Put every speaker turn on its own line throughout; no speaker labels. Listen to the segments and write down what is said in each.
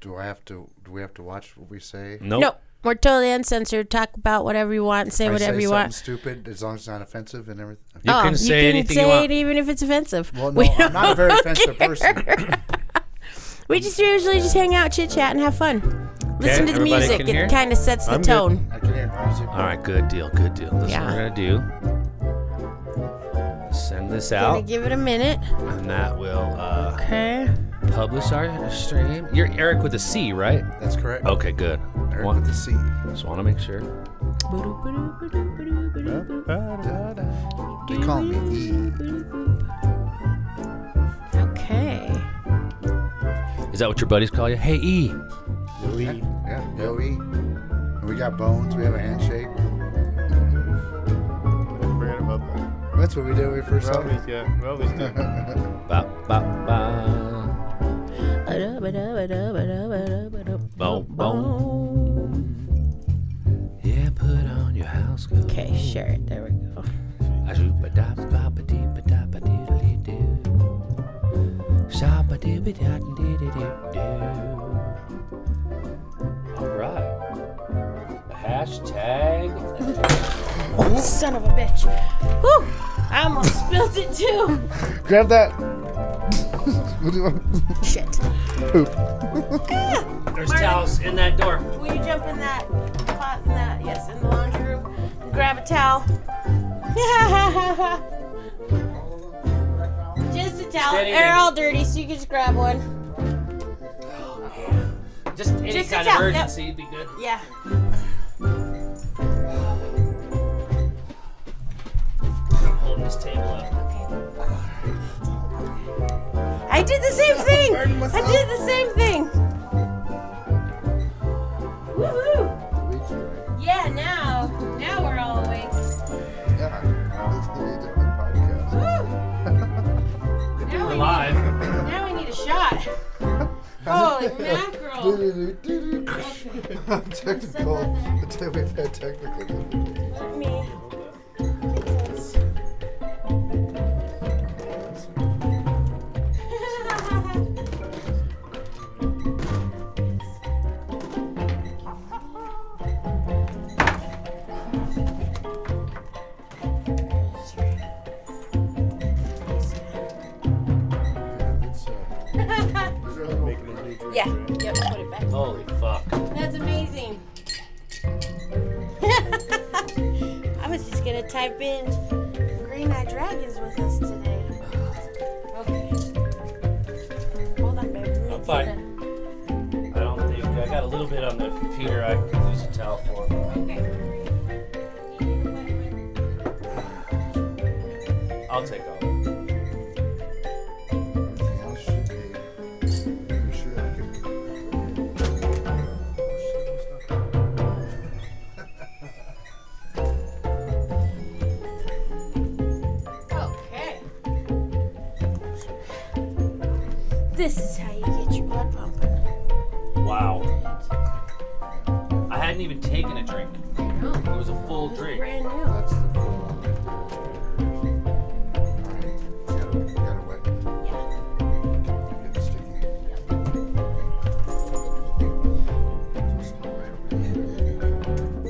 do I have to? Do we have to watch what we say?
Nope.
No, we're totally uncensored. Talk about whatever you want. Say
I
whatever
say
you want.
something Stupid, as long as it's not offensive and everything.
You
Oh,
can say
you can
anything
say
you
it
want.
even if it's offensive.
Well, no,
we,
I'm not a very offensive person.
we just usually just hang out, chit chat, and have fun. Listen to the
everybody
music.
can hear?
It kind of sets the
I'm good.
tone.
I can hear music.
All right, good deal, good deal. This is
Yeah.
what we're gonna do. Send this
Gonna
out,
give it a minute.
and that will uh,
Okay.
publish our stream. You're Eric with a C, right?
That's correct.
Oh,
Okay, good.
Eric
Wa-
with the C.
Just want to make sure.
They call me E.
Okay.
Is that what your buddies call you? Hey, E.
Yeah, yeah, Yo E. And we got bones. We have a handshake.
Forget about that.
That's what we did when we first
We're
saw
always, yeah, we're always doing that.
Ba ba ba. Boom boom. Yeah, put on your house coat.
Okay, share it. There we go.
I shoot ba da ba ba dee ba da ba dee da dee doo. Sha ba dee ba da dee dee dee doo. All right. Hashtag.
Son of a bitch. Whew. I almost spilled it too.
Grab that.
Shit. Ah!
Poop.
There's towels in that door.
Will you jump in that pot in that, yes, in the laundry room and grab a towel? just a towel.
Steady
They're
there.
all dirty, so you can just grab one.
Just any
Just a
kind
towel,
of
yep.
urgency would be good.
Yeah.
I'm holding this table up.
I did the same thing. I did the same thing. Woohoo! Yeah, now, now we're all awake.
Yeah.
Woo! Now
We're
we,
live.
now we need a shot. Holy mackerel!
technical. Until we've had technical. difficulties.
Let me.
It's, uh, it's really cool.
Making a new drink.
Yeah, yep, put it back.
Holy fuck.
That's amazing. I was just gonna type in green eyed dragons with us today. Okay. Hold on, baby.
I'm fine. I don't think I got a little bit on the computer. I could use a towel for.
Okay.
I'll take all.
Everything else should be- I'm sure I can-
Okay. This is how you get your blood pumping.
Wow. I hadn't even taken a drink.
I know.
It was a full drink.
Brand new.
That's the full one. Alright, gotta- gotta wet-
Yeah.
get it sticky. Just put it right over here.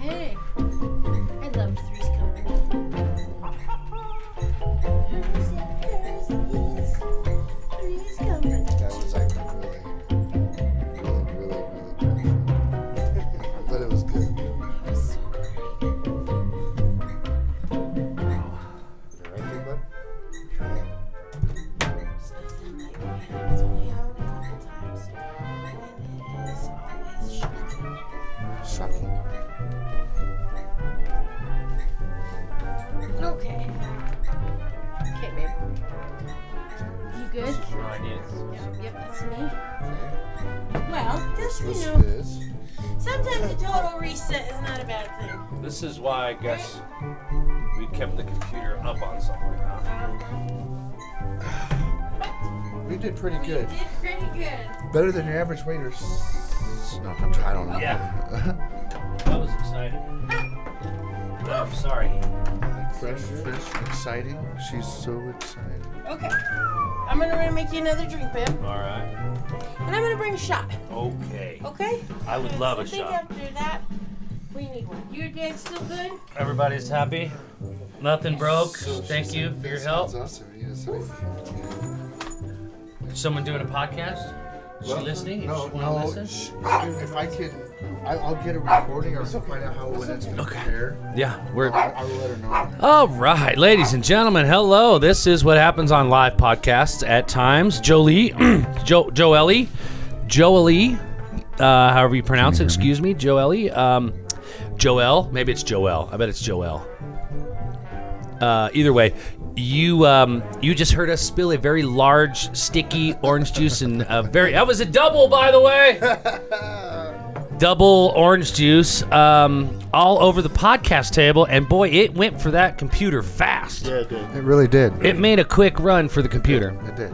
Hey. I love Three's Company.
That was like really, really, really, really bad. but it was good. Shocking.
Okay. Okay, babe. You good?
No, I need it.
Yep, that's me. Well, just you
This
know,
is
sometimes a total reset is not a bad thing.
This is why I guess we kept the computer up on something. Huh?
Um, but
We did pretty
You
good.
did pretty good.
Better than your average waiter. s- No, I'm trying. I don't know. Yeah.
That was exciting. I'm sorry.
fresh, fresh, exciting. She's so excited.
Okay. I'm gonna really make you another drink, babe.
All right.
And I'm gonna bring a shot.
Okay.
Okay?
I would love a
I think
shot.
after that, we need one. Your dad's still good?
Everybody's happy. Nothing broke. Thank you for your help.
That's awesome. You just like,
Someone doing a podcast? Is she
Well,
listening?
No,
Does she
no.
wanna listen?
sh- If I can, I, I'll get a recording or find out how when it's gonna
Okay.
air.
Yeah, we're
I, I'll let her know.
All right, ladies and gentlemen, hello. This is what happens on live podcasts at times. Jolie, jo- Joelle, Joelle, E, uh, however you pronounce it, excuse me, Joelle, um, Joel, maybe it's Joel. I bet it's Joel. Uh, either way, you um, you just heard us spill a very large, sticky orange juice and a very that was a double, by the way double orange juice um, all over the podcast table, and boy, it went for that computer fast.
Yeah, it did.
It really did.
It made a quick run for the computer,
It did.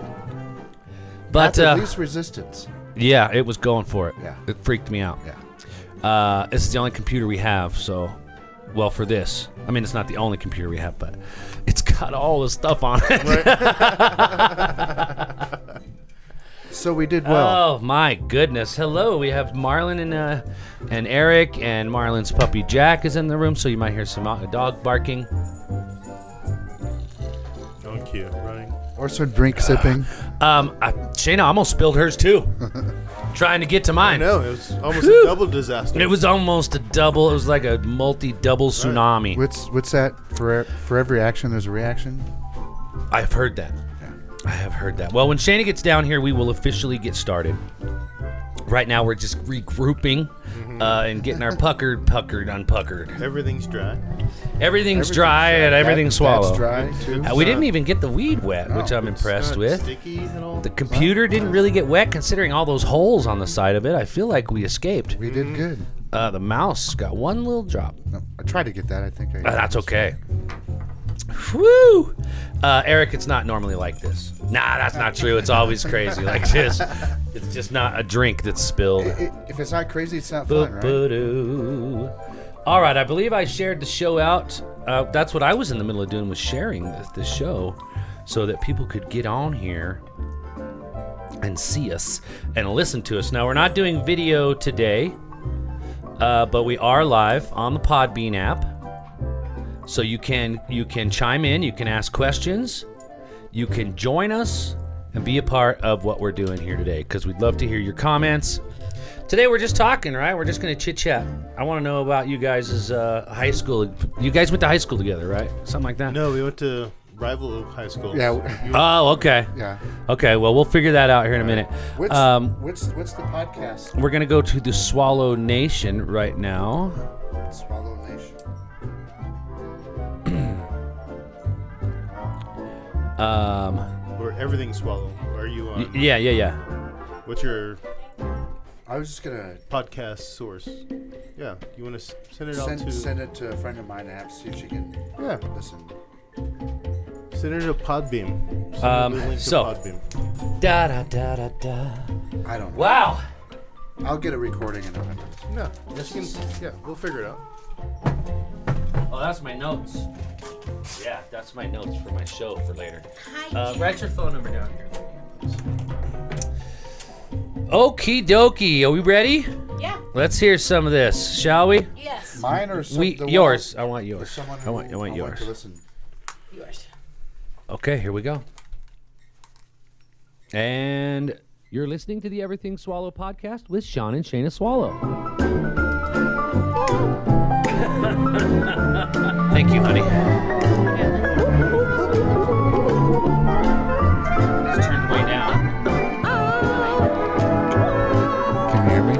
but
That's at
uh,
least resistance.
yeah, it was going for it.
Yeah.
It freaked me out.
Yeah.
Uh, this is the only computer we have, so well for this. I mean, it's not the only computer we have, but it's got all the stuff on it.
So we did well.
Oh my goodness! Hello, we have Marlon and uh, and Eric and Marlon's puppy Jack is in the room, so you might hear some uh, dog barking.
On cue, running.
or some drink sipping.
Um, I, Shayna almost spilled hers too, trying to get to mine.
No, it was almost
Whew.
a double disaster.
It was almost a double. It was like a multi-double tsunami.
What's what's that for? e, For every action, there's a reaction.
I've heard that. I have heard that. Well, when Shayna gets down here, we will officially get started. Right now, we're just regrouping
Mm-hmm.
uh, and getting our puckered, puckered, unpuckered.
Everything's dry.
Everything's dry and everything's swallowed.
That's dry too.
Uh, we
It's
didn't
not-
even get the weed wet, which
No,
I'm
It's
impressed
not
with.
Sticky at all.
The computer didn't really get wet, considering all those holes on the side of it. I feel like we escaped.
We did good.
Uh, the mouse got one little drop.
No, I tried to get that. I think I.
Uh, that's okay. Whew. Uh, Eric, it's not normally like this. Nah, that's not true. It's always crazy like this. It's just not a drink that's spilled.
I- i- if it's not crazy, it's not fun, right?
Boo-boo-doo. All right, I believe I shared the show out. Uh, that's what I was in the middle of doing was sharing the, the show so that people could get on here and see us and listen to us. Now, we're not doing video today, uh, but we are live on the Podbean app. So you can you can chime in, you can ask questions, you can join us and be a part of what we're doing here today because we'd love to hear your comments. Today we're just talking, right? We're just gonna chit chat. I want to know about you guys' uh, high school. You guys went to high school together, right? Something like that.
No, we went to rival high school.
Yeah.
You went-
Oh, okay.
Yeah.
Okay. Well, we'll figure that out here in a minute.
What's,
Um,
what's what's the podcast?
we're gonna go to the Swallow Nation right now.
Swallow Nation.
Um,
where everything swallowed. Are you
y-
on?
yeah, yeah, yeah.
What's your
I was just gonna
podcast source? Yeah, you want to send it out to
send send it to a friend of mine and have see if she can
yeah,
listen.
send it to Podbeam. Send
Um,
the link to
so-
Podbeam.
Da da da da da.
I don't. know.
Wow.
I'll get a recording and I'll have it.
No, this can, yeah, we'll figure it out.
Oh, that's my notes. Yeah, that's my notes for my show for later.
Hi,
Uh,
Jack.
write your phone number down here. Okie dokie. Are we ready?
Yeah.
Let's hear some of this, shall we?
Yes.
Mine or some,
We
the one-
yours. I want
or
yours.
Someone
I want. I
who-
want yours.
to listen.
Yours.
Okay, here we go. And you're listening to the Everything Swallow podcast with Sean and Shayna Swallow. Thank you, honey. It's turned way down.
Can you hear me?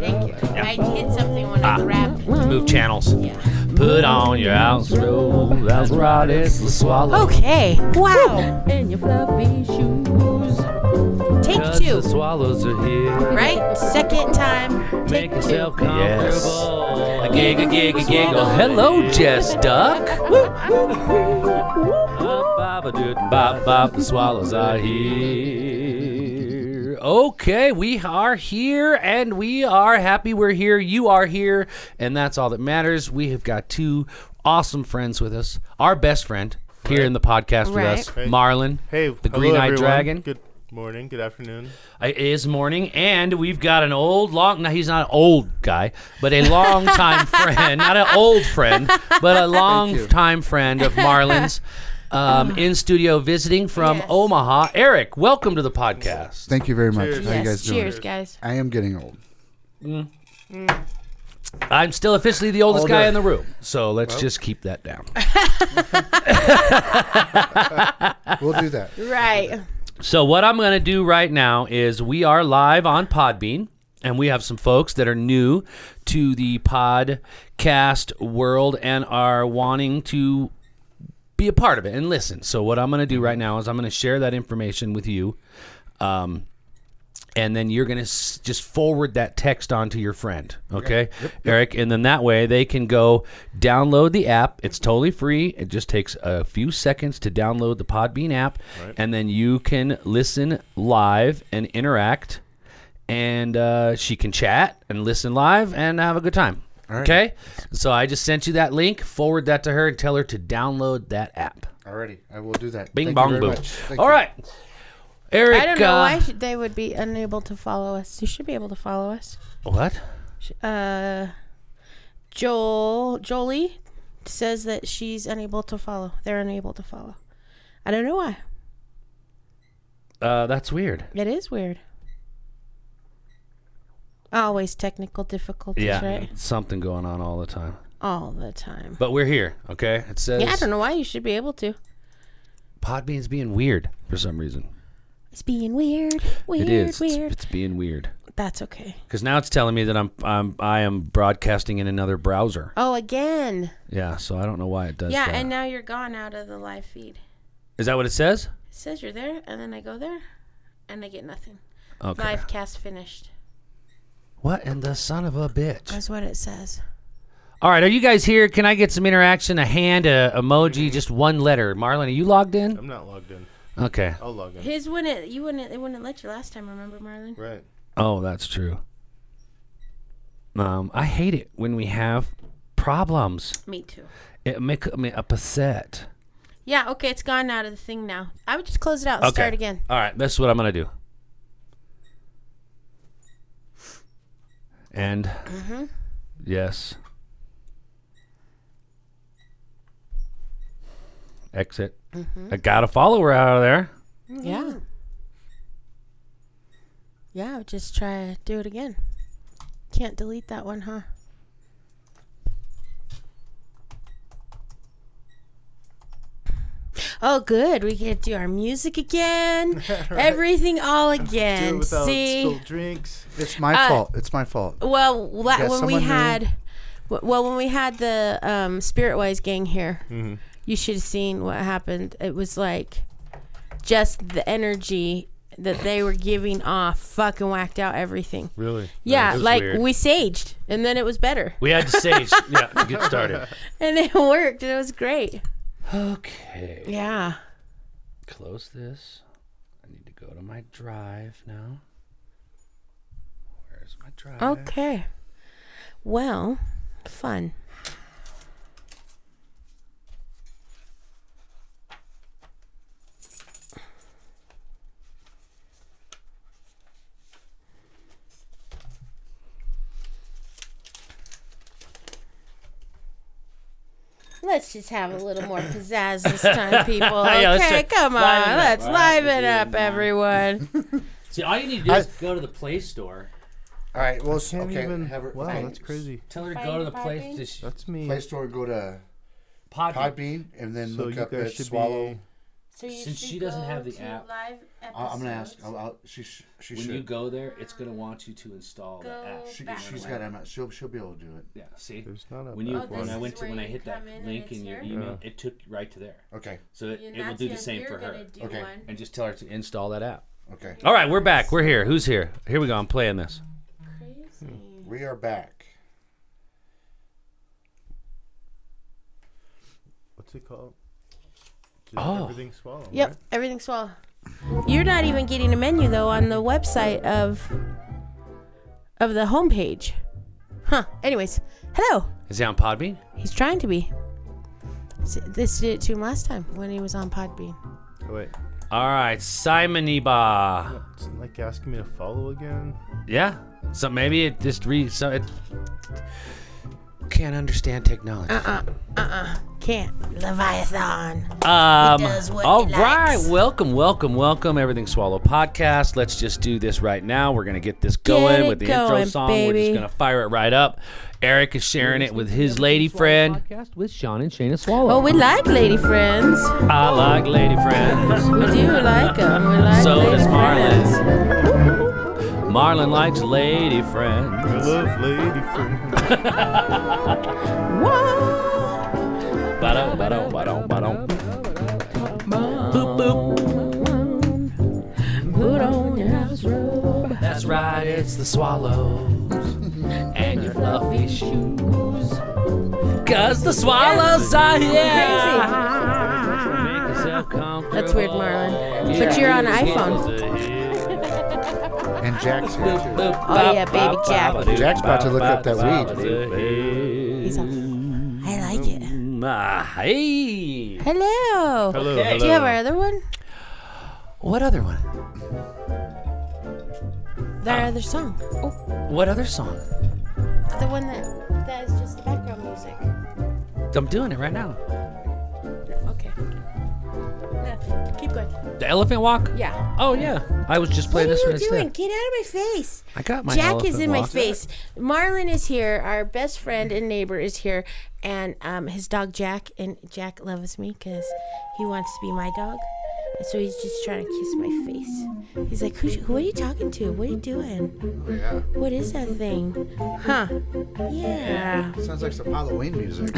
Thank you. I hit something when I
Ah.
grabbed it.
Move channels.
Yeah.
Put on your house robe. That's right, it's the swallow.
Okay. Wow.
in your fluffy shoes.
Take
'Cause
two.
The swallows are here.
Right? Second time.
Make
Take
yourself
two.
comfortable. A giggle, giggle, giggle. Hello, Jess Duck. Up Bop a doot, bop bop, the swallows are here. Okay, we are here and we are happy we're here. You are here, and that's all that matters. We have got two awesome friends with us. Our best friend here in the podcast with
Right.
us,
Hey.
Marlon.
Hey,
the green eyed dragon.
Good morning. Good afternoon.
It is morning, and we've got an old, long. Now he's not an old guy, but a long time friend, not an old friend, but a long
you.
time friend of Marlin's, um, in studio visiting from
Yes.
Omaha. Eric, welcome to the podcast.
Thank you very much.
Cheers.
How you guys doing?
cheers, guys.
I am getting old.
I'm still officially the oldest guy
Older.
in the room, so let's just keep that down.
We'll do that.
Right.
So what I'm going to do right now is we are live on Podbean and we have some folks that are new to the podcast world and are wanting to be a part of it and listen. So what I'm going to do right now is I'm going to share that information with you. Um and then you're going to s- just forward that text on to your friend, okay? Eric, and then that way they can go download the app. It's totally free. It just takes a few seconds to download the Podbean app, and then you can listen live and interact. And uh, she can chat and listen live and have a good time. Okay? So I just sent you that link. Forward that to her and tell her to download that app.
Alrighty, I will do that.
Bing,
Thank you
bong,
very
boom.
much. Thank
All
you.
right. Eric.
I don't know
uh,
why sh- they would be unable to follow us. You should be able to follow us.
What?
Sh- Uh, Joel Jolie says that she's unable to follow. They're unable to follow. I don't know why.
Uh, that's weird.
It is weird. Always technical difficulties,
Yeah,
right?
something going on all the time.
All the time.
But we're here, okay? It says
Yeah, I don't know why you should be able to.
Podbean's being weird for some reason.
It's being weird, weird,
it is. It's-
weird.
It's, being weird
That's okay.
because now it's telling me that I'm I'm I am broadcasting in another browser.
Oh, again.
Yeah, so I don't know why it does.
yeah,
that.
and now you're gone out of the live feed.
is that what it says?
It says you're there, and then I go there, and I get nothing.
Okay.
Live cast finished.
What in the son of a bitch?
That's what it says.
All right, are you guys here? Can I get some interaction? A hand, a emoji, just one letter. Marlon, are you logged in?
I'm not logged in.
Okay.
I'll log in.
His wouldn't. You wouldn't. They wouldn't let you last time. Remember, Marlon?
Right.
Oh, that's true. Um, I hate it when we have problems.
Me too.
It make me upset.
Yeah. Okay. It's gone out of the thing now. I would just close it out. and Start again.
All right, that's what I'm gonna do. And
Mm-hmm.
yes, exit.
Mm-hmm.
I got a follower out of there.
Yeah.
Mm-hmm.
Yeah. I would just try to do it again. Can't delete that one, huh? Oh, good. We get to do our music again. Everything all
Do it
again.
without
See.
spilled drinks.
It's my
Uh,
fault. It's my fault.
Well, la-
got
when we
someone new?
had, w- well, when we had the um, Spirit Wise gang here, you should have seen what happened. It was like just the energy that they were giving off, fucking whacked out everything.
Really?
Yeah,
was
like
weird.
we saged, and then it was better,
We had to stage, yeah, to get started.
and it worked, and it was great.
Okay,
Yeah.
close this. I need to go to my drive now. Where's my drive?
Oh. Okay. Well, fun. Let's just have a little more pizzazz this time, people. Okay,
Yeah, let's try-
come on.
liven it up.
Let's
All right,
liven up, everyone.
See, all you need to do
I-
is go to the Play Store.
All right. Well, s-
Can't
okay.
even.
have her,
wow,
okay.
that's crazy.
Tell her to
Find
go to the Play
Podbean?
to sh-
That's me.
Play Store, go to
Podbean.
Podbean, and then
so
look
you
up
guys
at
should
Swallow.
be.
So you
Since
should
she doesn't
go
have the
to
app,
live
I- I'm gonna ask.
episodes.
I'll, I'll, she sh- she
when
should.
you go there, it's gonna want you to install the app.
she,
back.
she's got. I'm not- she'll she'll be able to do it.
Yeah, see,
There's not a
when you
back
Oh,
when
this
I
is
went to
where
when I
you
hit that
come in and
link
it's
in your
here?
email, it took you right to there.
Okay.
So it,
And
it will
that's
do the
if
same
you're
for
gonna
her,
do
Okay.
one.
and just tell her to install that app.
Okay.
All right, we're back. We're here. Who's here? Here we go. I'm playing this.
We are back.
What's it called? Just
Oh.
Everything swallow.
Yep,
right?
everything's swallow. You're not even getting a menu though on the website of of the homepage. Huh. Anyways, hello.
Is he on Podbean?
He's trying to be. S- This did it to him last time when he was on Podbean.
Oh, wait.
All right, Simon Iba.
It's like asking me to follow again.
Yeah. So maybe it just re. So it can't understand technology.
Can't. Leviathan.
Um,
does what
all
it
right,
likes.
welcome, welcome, welcome, Everything Swallow podcast. Let's just do this right now. We're gonna get this going
it
with the
going,
intro song. We're
baby.
just gonna fire it right up. Eric is sharing it with his lady friend. Podcast with Sean and Shayna Swallow.
Oh, we like lady friends.
I like lady friends.
We do like them. We like
So
lady
does Marlon.
friends.
Marlon likes lady friends.
I love lady friend.
Whoa.
Ba-dum, ba-dum, ba-dum, ba-dum.
Put on your house robe,
That's right, it's the swallows and your fluffy shoes. Cause the swallows are here. Make yourself comfortable.
That's weird, Marlon.
Yeah.
But you're on iPhone.
And Jack's here. too.
Oh, yeah, baby Jack.
Jack's about to look up that
weed.
He's on. I like it.
Ah, Hey.
Hello.
Hello,
Okay.
hello.
Do you have our other one?
What other one?
Their other song.
What other song?
The one that that is just the background music.
I'm doing it right now.
Okay. No, keep going.
The elephant walk?
Yeah.
Oh yeah. I was just playing
what
this
are
one
you doing?
instead.
Get out of my face.
I got my
Jack
elephant
is in my
walk.
face. Marlon is here. Our best friend and neighbor is here, and um, his dog Jack. And Jack loves me because he wants to be my dog, and so he's just trying to kiss my face. He's like, who, who are you talking to? What are you doing?
weed. Yeah.
What is that thing? Huh? Yeah.
Sounds like some Halloween music.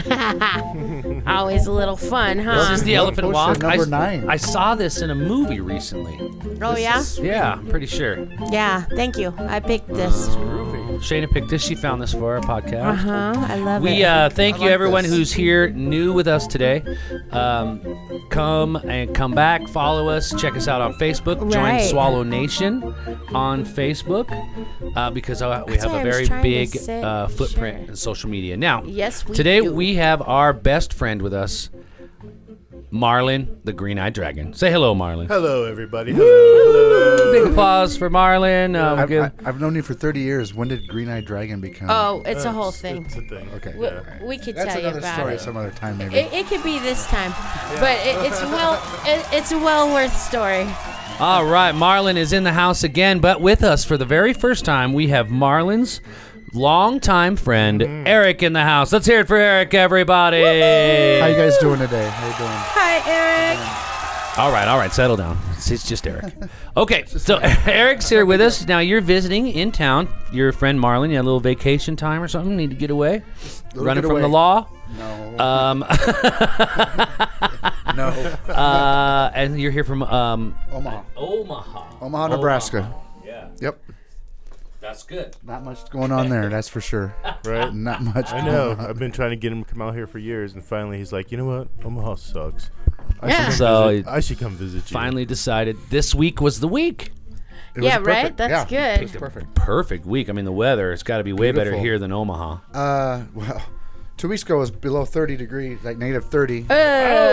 Always a little fun, huh?
This is the
Poster
elephant walk. I,
number
s-
nine.
I saw this in a movie recently.
oh yeah.
Yeah, I'm pretty sure.
Yeah. Thank you. I picked this.
Uh, Shayna picked this. She found this for our podcast.
Uh huh. I love
We
it.
uh, thank
I
you
like
everyone
this.
who's here, new with us today. Um, come and come back, follow us, check us out on Facebook,
Right.
join Swallow Nation on Facebook, uh, because uh, we
That's
have
what
a
I was
very
trying to
big
say.
uh, footprint
Sure.
in social media. Now,
Yes, we
today
do.
we have our best friend with us, Marlin, the Green Eyed Dragon. Say hello, Marlin.
Hello, everybody. Hello, hello.
Big applause for Marlin. Um,
I've,
give-
I, I've known you for 30 years. When did Green Eyed Dragon become?
oh, it's a whole thing.
It's a thing.
Okay.
We, we could
That's
tell you
another
about
story
it.
some other time, maybe.
It, it could be this time, but it, it's well, it, it's a well worth story.
All right, Marlon is in the house again, but with us for the very first time, we have Marlon's longtime friend,
Mm.
Eric, in the house. Let's hear it for Eric, everybody.
How you guys doing today? How you doing?
Hi, Eric.
All right, all right, settle down. It's, it's just Eric. Okay, so Eric's here with us. Now, you're visiting in town. Your friend Marlon, you had a little vacation time or something, need to get away,
Little
running
get
from the
away.
law.
No.
Um,
Uh, no.
uh, and you're here from um,
Omaha.
Omaha.
Omaha, Nebraska.
Yeah,
Yep.
that's good.
Not much going on there, that's for sure.
Right?
Not much.
I know. I've been trying to get him to come out here for years, and finally he's like, you know what? Omaha sucks. I should come
So-
visit- I should come visit you.
Oh, Finally decided this week was the week.
It was
Yeah, right.
perfect.
That's
Yeah.
good.
Perfect.
perfect week. I mean, the weather it's got to be way better
Beautiful.
here than Omaha.
Uh, well, two weeks ago was below 30 degrees, like negative 30.
Uh,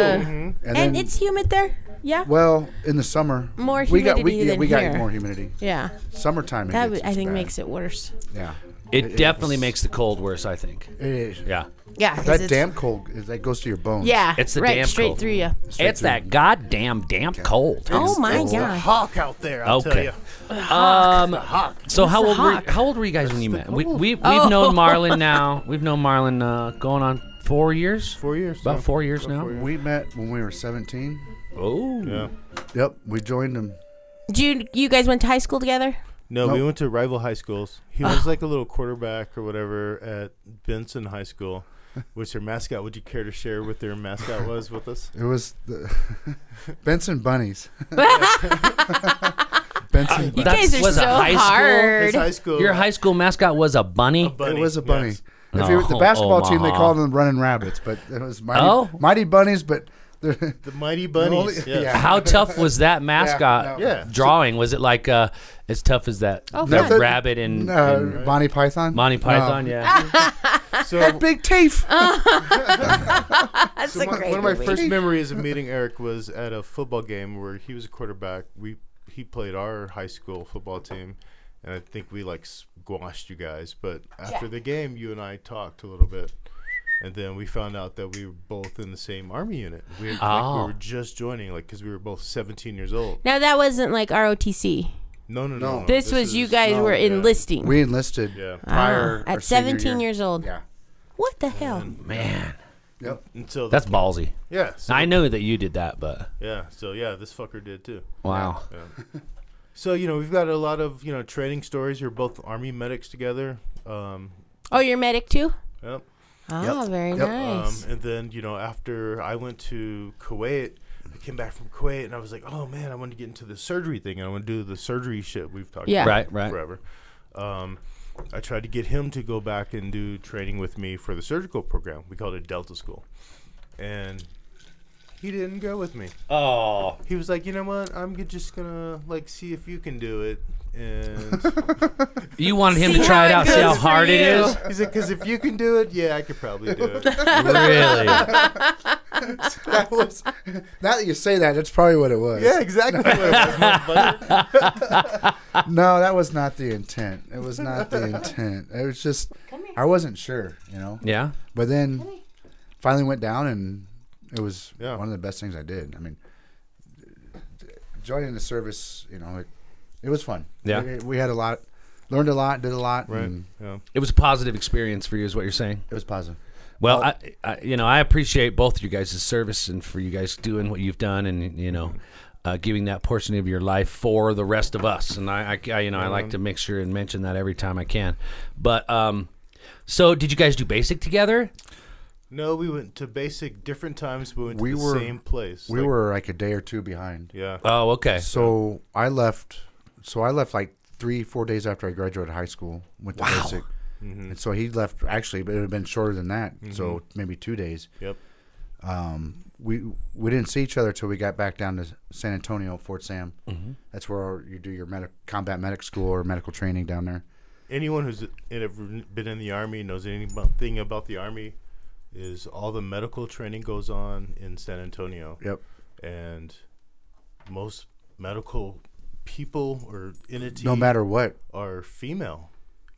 and
and
then,
it's humid there. Yeah.
well, in the summer,
More
we got we,
humidity
yeah,
than
we got
here.
more humidity.
Yeah.
Summertime, it
That
gets-
would, I
it's
think
bad.
makes it worse.
yeah.
It,
It
definitely
is.
makes the cold worse. I think.
It is.
Yeah.
Yeah. 'cause
That
it's-
damn cold is- that goes to your bones.
Yeah.
It's the
right
damn
straight
cold.
through you.
Straight
it's
through.
that goddamn damp cold.
Oh my
it's
god.
Hawk out there, I'll tell
Okay.
you.
Um. So how
the
old were
hawk.
how old were you guys when you met? We, we we've known Marlon now. We've known Marlon uh, going on four years.
Four years.
About
yeah.
four years now.
four years.
We met when we were 17.
Oh.
Yeah.
Yep, we joined him.
Do you, you guys went to high school together?
No, we
Nope.
went to rival high schools. He
Ah.
was like a little quarterback or whatever at Benson High School. What's their mascot? Would you care to share what their mascot was with us?
It was the Benson Bunnies. Benson.
You
Bunnies.
That's-
guys are
was it
so
high school?
His
hard.
high school.
Your high school mascot was a bunny.
it was a bunny.
yes.
If you were the
No,
basketball team, they
Omaha.
called them Running Rabbits, but it was Mighty,
Oh?
mighty Bunnies. But They're-
The Mighty Bunnies.
only-
yes.
yeah.
How tough was that mascot
no.
Yeah.
drawing? Was it like uh, as tough as that,
Oh,
that
fun.
rabbit and,
uh,
Mm, and
Monty Python.
Monty
No.
Python? Yeah.
So
Big teeth.
That's
So
a
my-
great
one of my
movie.
first memories of meeting Eric was at a football game where he was a quarterback. We he played our high school football team, and I think we like squashed you guys. But after the game, you and I talked a little bit, and then we found out that we were both in the same army unit. We, had, like,
Oh.
we were just joining, like because we were both 17 years old.
now that wasn't like ROTC.
No, no, no.
No.
This, was
is-
you guys were
yeah.
enlisting
we enlisted
Yeah.
prior
at
our senior
17
year.
years old.
Yeah.
What the hell?
Man,
Yep.
And so
that's ballsy.
yeah. So,
I know that you did that, but
yeah. So yeah, this fucker did too.
wow.
So you know we've got a lot of you know training stories. You're both army medics together. Um,
Oh, you're medic too?
yep.
Oh, very
Yep.
nice.
Um, and then you know after I went to Kuwait, I came back from Kuwait and I was like, oh man, I want to get into the surgery thing. and I want to do the surgery shit we've talked
Yeah.
about
Right, right.
forever. Um, I tried to get him to go back and do training with me for the surgical program. We called it Delta School, and he didn't go with me.
Oh,
He was like, you know what? I'm g- just gonna like see if you can do it. And
you wanted him
See
to try it
how
out,
it
see how
goes for
hard it
you.
is.
he's like, because if you can do it, yeah, I could probably do it.
Really?
That was. Now that you say that, that's probably what it was.
yeah, exactly. what it was, motherfucker.
No, that was not the intent. It was not the intent. It was just I wasn't sure, you know.
Yeah.
But then finally went down, and it was
Yeah.
one of the best things I did. I mean, joining the service, you know, it, it was fun.
Yeah.
we, we had a lot, learned a lot, did a lot,
Right.
Mm.
and
Yeah.
It was a positive experience for you, is what you're saying.
it was positive.
Well, I, I, you know, I appreciate both of you guys' service and for you guys doing what you've done and, you know, uh, giving that portion of your life for the rest of us. And I, I, I you know, I like to make sure and mention that every time I can. But, um, so did you guys do basic together?
No, we went to basic different times. but We went to
We
the
were-
same place.
We
Like,
were like a day or two behind.
Yeah.
Oh, okay.
So I left. So I left like three, four days after I graduated high school. Went to basic,
Mm-hmm.
and so he left actually, but it would have been shorter than that. So maybe two days.
Yep.
we we didn't see each other till we got back down to San Antonio, Fort Sam.
Mm-hmm.
That's where you do your medic, combat medic school or medical training down there.
Anyone who's in- ever been in the army knows anything about the army is all the medical training goes on in San Antonio,
Yep.
and most medical people or entity
No matter what,
are female.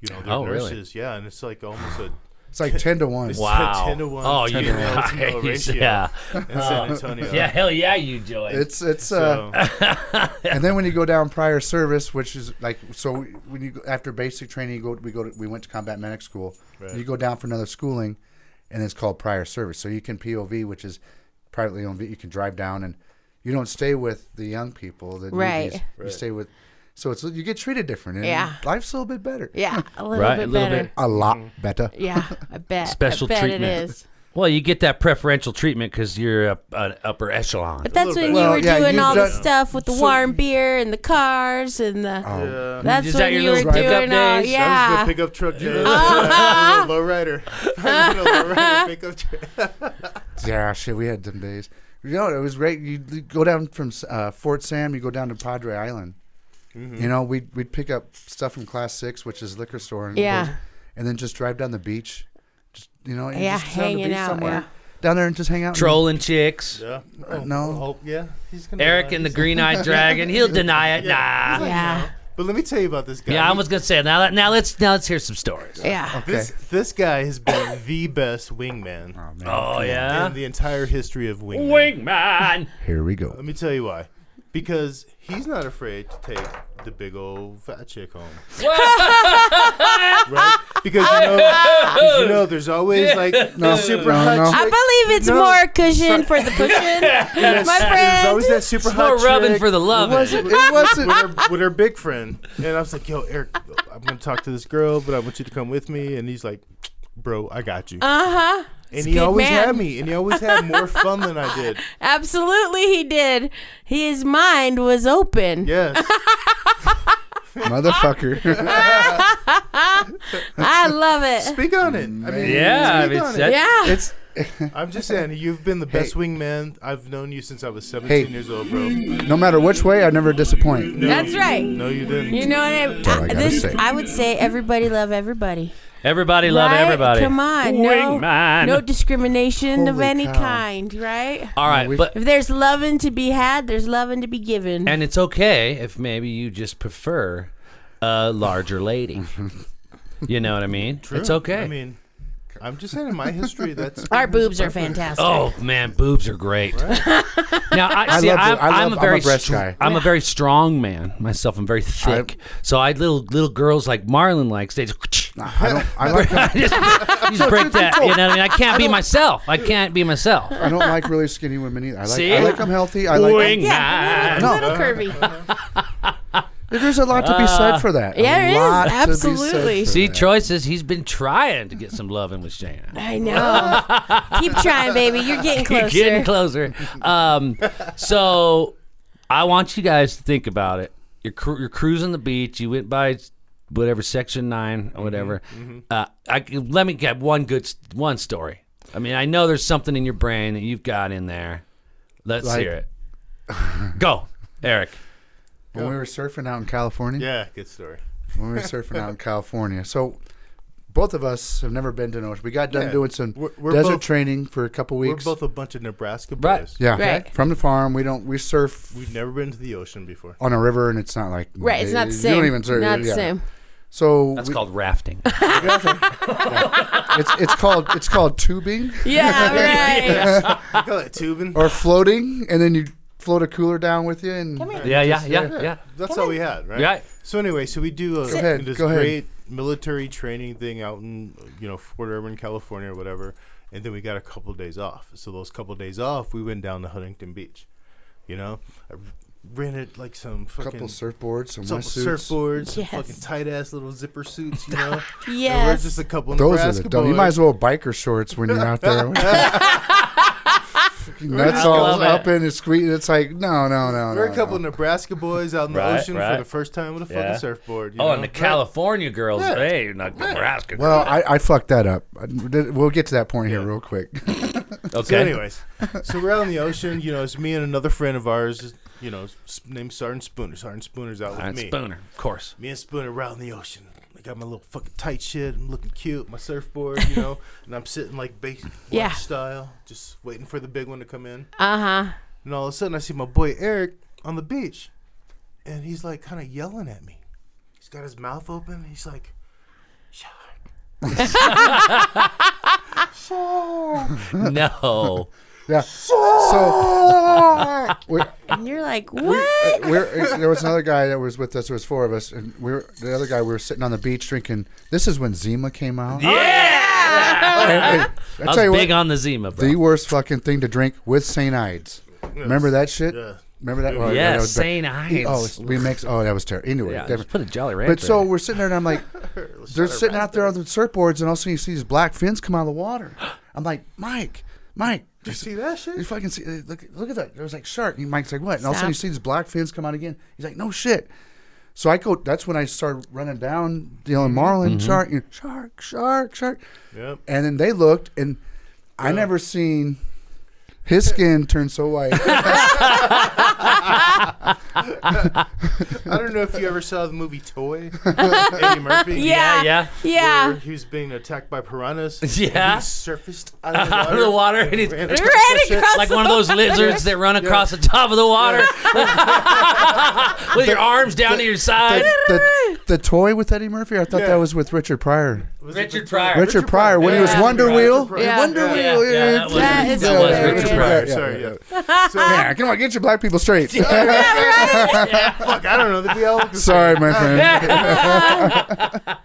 You know, they're
Oh, really?
nurses. Yeah, and it's like almost a
it's like ten to one.
It's-
Wow.
10 to 1,
Oh,
10
you
to 1 to no
guys.
ratio.
Yeah. Uh,
in San Antonio.
Yeah. Hell yeah, you joy.
It's it's uh,
So,
and then when you go down prior service, which is like so we- when you go, after basic training, you go we go to, we went to combat medic school.
Right.
You go down for another schooling, and it's called prior service. So you can POV, which is privately owned. ve- You can drive down and you don't stay with the young people. The
Right.
newbies. You stay with. So it's you get treated different. And
Yeah.
Life's a little bit better.
yeah, a little
Right,
bit
a little
better.
bit.
a lot better.
Yeah, I bet.
Special
I bet it
treatment.
is.
well, you get that preferential treatment because you're a, an upper echelon.
But that's
little
when
bit.
you
Well,
were
yeah,
doing
you
all the
done-
stuff with the warm beer and the cars and the.
yeah.
That's
Is
when
that your
you were
little pickup
doing all.
days?
That was
Yeah.
the pickup truck days. I was a Lowrider. I was a lowrider pickup truck.
Yeah, shit, we had some days. You know, it was great. You you go down from uh, Fort Sam, you go down to Padre Island.
Mm-hmm.
You know, we'd we'd pick up stuff from Class Six, which is liquor store, and
Yeah.
those- and then just drive down the beach. Just you know, and
Yeah,
just sit on the
hanging
beach
out, yeah.
down there and just hang out. and-
Trolling chicks.
Yeah.
no.
Oh, yeah. He's gonna
Eric
die.
and the green eyed dragon. He'll deny it. Nah.
Yeah.
But let me tell you about this guy.
Yeah, I
He-
was gonna say now. Let, now let's now let's hear some stories.
Yeah.
Okay.
This this guy has been the best wingman
Oh, man.
Oh yeah,
in the entire history of wingman.
wingman.
Here we go.
Let me tell you why. Because he's not afraid to take the big old fat chick home. right? Because you know, 'cause you know there's always like
No,
the super
no,
hot
no.
chick.
I believe it's
No.
more cushion for the cushion. My
There's
friend.
always that super
It's more
hot
rubbing
chick
for the love.
wasn't- it wasn't-
with her, with her big friend. And I was like, yo, Eric, I'm going to talk to this girl, but I want you to come with me. And he's like, bro, I got you.
Uh huh.
and
a
he
good
always
man.
had me. And he always had more fun than I did.
Absolutely, he did. His mind was open.
Yes.
Motherfucker.
I love it.
Speak on it. I mean,
Yeah, I
speak
mean,
on it.
that-
Yeah.
it's
I'm just saying, you've been the best wingman. I've known you since I was 17
Hey.
years old, bro.
No matter which way, I never disappoint.
That's right.
No, you didn't.
You know what I,
all I
I-
gotta
this,
say.
I would say everybody love everybody.
Everybody love
Right?
everybody.
Come on, no,
Wingman.
no discrimination of
Holy
any
cow.
kind, right?
All right,
we-
but
If there's loving to be had, there's loving to be given.
and it's okay if maybe you just prefer a larger lady. you know what I mean?
True.
It's okay.
I mean, I'm just saying, in my history, that's
Our boobs are fantastic.
Oh man, boobs are great. now I
I
see.
love
I'm,
boob- I love-
I'm
I'm
a
a
very
breast
str-
guy.
I'm a very strong man myself. I'm very thick. so I little little girls like Marlon likes. They just,
I don't. I like.
I just, you just break that. You know what I mean? I can't be myself. I can't be myself.
I don't like really skinny women either. I like.
See?
I like them healthy. I like.
Wing
yeah,
man.
a
No.
little, little curvy.
There's a lot to be said for that.
yeah,
a
there is.
lot to be said
Absolutely.
for
See,
that.
Troy says he's been trying to get some loving with Shana.
I know. Keep trying, baby. You're getting closer.
You're getting closer. Um, so I want you guys to think about it. You're, cru- you're cruising the beach. You went by whatever section nine
Mm-hmm,
or whatever. Uh, I, let me get one good s- one story. I mean, I know there's something in your brain that you've got in there. Let's
Like-
hear it. Go, Eric.
when we were surfing out in California.
yeah, good story.
When we were surfing out in California, so. Both of us have never been to Noach. We got done
Yeah.
doing some
We're- we're
desert
both-
training for a couple
We're
weeks.
both a bunch of Nebraska boys.
Right.
yeah,
Right.
from the farm. We don't. We surf
We've never been to the ocean before.
on a river, and it's not like
Right, it's not the
you
same.
don't even surf.
not the
yeah.
same.
So
That's
we-
called rafting.
it's it's called it's called tubing
Yeah, right.
I call it tubing.
or floating, and then you float a cooler down with you. And
yeah, yeah, yeah, yeah.
That's all we had, right?
Right.
So anyway, so we do a,
ahead,
this
go ahead.
great military training thing out in you know Fort Irwin, California, or whatever, and then we got a couple days off. So those couple days off, we went down to Huntington Beach. You know, I rented like some
a
fucking
couple surfboards, some
some
wetsuits.
surfboards, some
Yes.
fucking tight ass little zipper suits. You know, and we're
Yes.
just a couple
Those are
Nebraska
the dumb. You
boys.
might as well biker shorts when you're out there. Fucking Nuts all
love
up
it.
in the squeeze. It's like no, no, no.
We're
no,
a couple
no.
Nebraska boys out in the
Right,
ocean
right.
for the first time with a
Yeah.
fucking surfboard. you
Oh,
know?
and the
Right.
California girls. Hey, you're not Nebraska.
Well, I, I fucked that up. I- We'll get to that point here real quick.
okay.
So, anyways, so we're out in the ocean. You know, it's me and another friend of ours. You know, s- named Sergeant Spooner. Sergeant Spooner's out with
Alright,
me.
Spooner, of course.
Me and Spooner we're out in the ocean. I got my little fucking tight shit. I'm looking cute. My surfboard, you know, and I'm sitting like base
Yeah.
lunch style, just waiting for the big one to come in.
Uh huh.
And all of a sudden, I see my boy Eric on the beach, and he's like kind of yelling at me. He's got his mouth open. And he's like, "Shark,
No.
Yeah. So we,
And you're like, what?
we're, uh, there was another guy that was with us. There was four of us, and we were the other guy. We were sitting on the beach drinking. This is when Zima came out.
Oh,
And- and I
I
tell you
was big
what,
on the Zima, bro.
the worst fucking thing to drink with Saint Ides. Remember that shit?
Yeah.
Remember that? Oh,
Yes,
that was bad.
Saint Ides.
Oh, we mix. Oh, that was terrible. Anyway,
yeah, just
different.
put a Jolly Rancher.
But so we're sitting there, and I'm like, they're sitting out there on the surfboards, and all of a sudden you see these black fins come out of the water. I'm like, Mike, Mike,
you see that shit?"
you fucking see, uh, look, look at that. There was like shark. And Mike's like, what? And all of a
Stop.
sudden you see these black fins come out again. He's like, no shit. So I go. That's when I started running down, yelling marlin, shark, you know, shark, shark, shark.
Yep.
And then they looked, and I never seen his skin turn so white.
I don't know if you ever saw the movie Toy. Eddie Murphy.
Yeah.
yeah,
Yeah.
Where he was being attacked by piranhas.
Yeah.
and He surfaced out of the water.
out of the water, and he's
uh,
Ran
Right
across that shit.
across
like
the
one of those lizards that run across the top of the water with your arms down to your side.
the, the toy with Eddie Murphy. I thought
Yeah.
that was with Richard Pryor.
Was it
Richard
the-
Pryor.
Richard, Pryor when he was
Yeah.
Wonder
Yeah.
Wheel.
Yeah.
Wonder
Yeah.
Wheel.
Yeah, that was-
That is
Yeah,
was
Richard
Richard
Pryor.
Pryor.
Yeah.
Sorry, yeah.
Yeah, come on, get your black people straight.
Fuck, I don't know. The BL.
Sorry, my friend.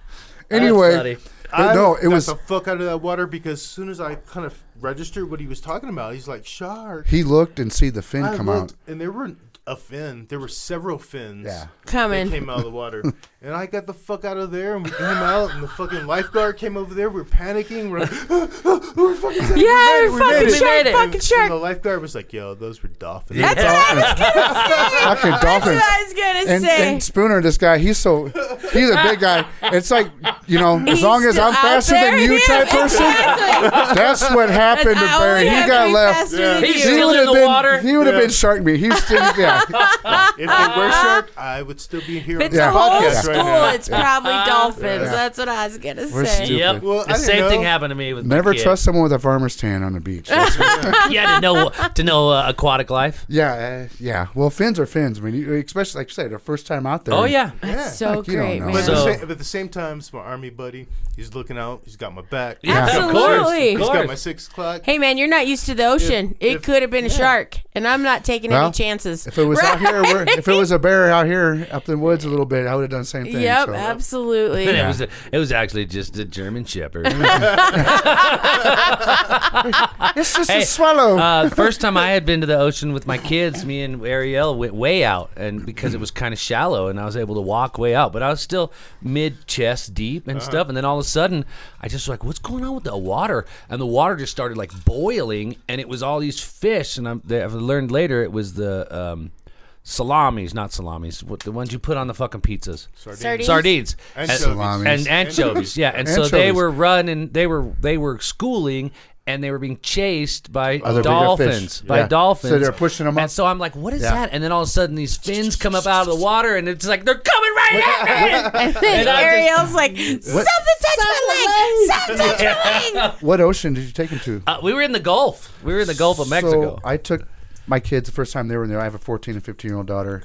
anyway,
funny.
but no, it
got
was
the fuck out of that water because as soon as I kind of registered what he was talking about, he's like shark.
he looked and see the fin
I
come
looked,
out.
and there were a fin. There were several fins.
Yeah.
That
coming.
came out of the water, and I got the fuck out of there, and we came out, and the fucking lifeguard came over there. We are panicking. We're like, we're fucking safe, we
Yeah,
made it,
we're
we
fucking
made it.
shark,
made it.
fucking
And the
shark.
lifeguard was like, "Yo, those were dolphins."
Yeah.
Fucking
That's
dolphins.
what I was gonna
And,
say.
and Spooner, this guy, he's so he's a big guy. It's like you know, as long as
still
I'm
out
faster than
there.
you
Yeah,
type person, that's what happened to
I
Barry.
only
He
have
got
three
left.
faster than
Yeah. He's
you.
still
would
in
have
the
been,
water?
He would have
Yeah.
bef shark me. He's still, yeah.
If they were shark, I would still be here.
If it's
Yeah.
a whole
Podcast right
school,
now.
it's probably dolphins.
Yeah.
That's what I was gonna
We're
say.
stupid.
Yep.
Well, I
the
didn't
same thing
know.
happened to me with my
Never
kid.
trust someone with a farmer's tan on the beach. That's-
Yeah, to know to know uh, aquatic life.
yeah, uh, yeah. Well, fins are fins. I mean, you, especially like you said, our first time out there.
Oh yeah.
Yeah.
So
Fuck, you don't
great,
know.
man.
But, at the
So-
same, but at the same time, it's my army buddy. He's looking out. He's got my back.
Yeah,
Yeah.
of course.
Absolutely.
Of
He's
course.
got my six o'clock.
Hey man, you're not used to the ocean. it
if-
could have been a shark, and I'm not taking
Well,
any chances.
If it was out here, where, if it was a bear out here up in the woods a little bit, I would have done the same thing.
Yep,
so.
absolutely.
It was it was actually just a German Shepherd.
It's just
Hey,
a swallow.
uh, first time I had been to the ocean with my kids, me and Ariel went way out, and because it was kind of shallow, and I was able to walk way out, but I was still mid chest deep and stuff. And then all of a sudden, I just was like, "What's going on with the water?" And the water just started like boiling, and it was all these fish. And I'm, they- I've learned later it was the um, salamis, not salamis, what the ones you put on the fucking pizzas.
Sardines.
Sardines
And
And-
Salamis.
and anchovies, yeah, and so they
Anchovies.
were running, they were they were schooling, and they were being chased by
Other bigger
dolphins,
fish.
by
Yeah.
dolphins.
So they're pushing 'em up?
And so I'm like, what is
Yeah.
that? And then all of a sudden, these fins come up out of the water, and it's like they're coming right at me.
and then
And I just-
Ariel's like, something touched my leg. Something touched my leg.
what ocean did you take him to?
Uh, we were in the Gulf. We were in the Gulf of Mexico.
So I took my kids the first time they were in there. I have a 14 and 15 year old daughter.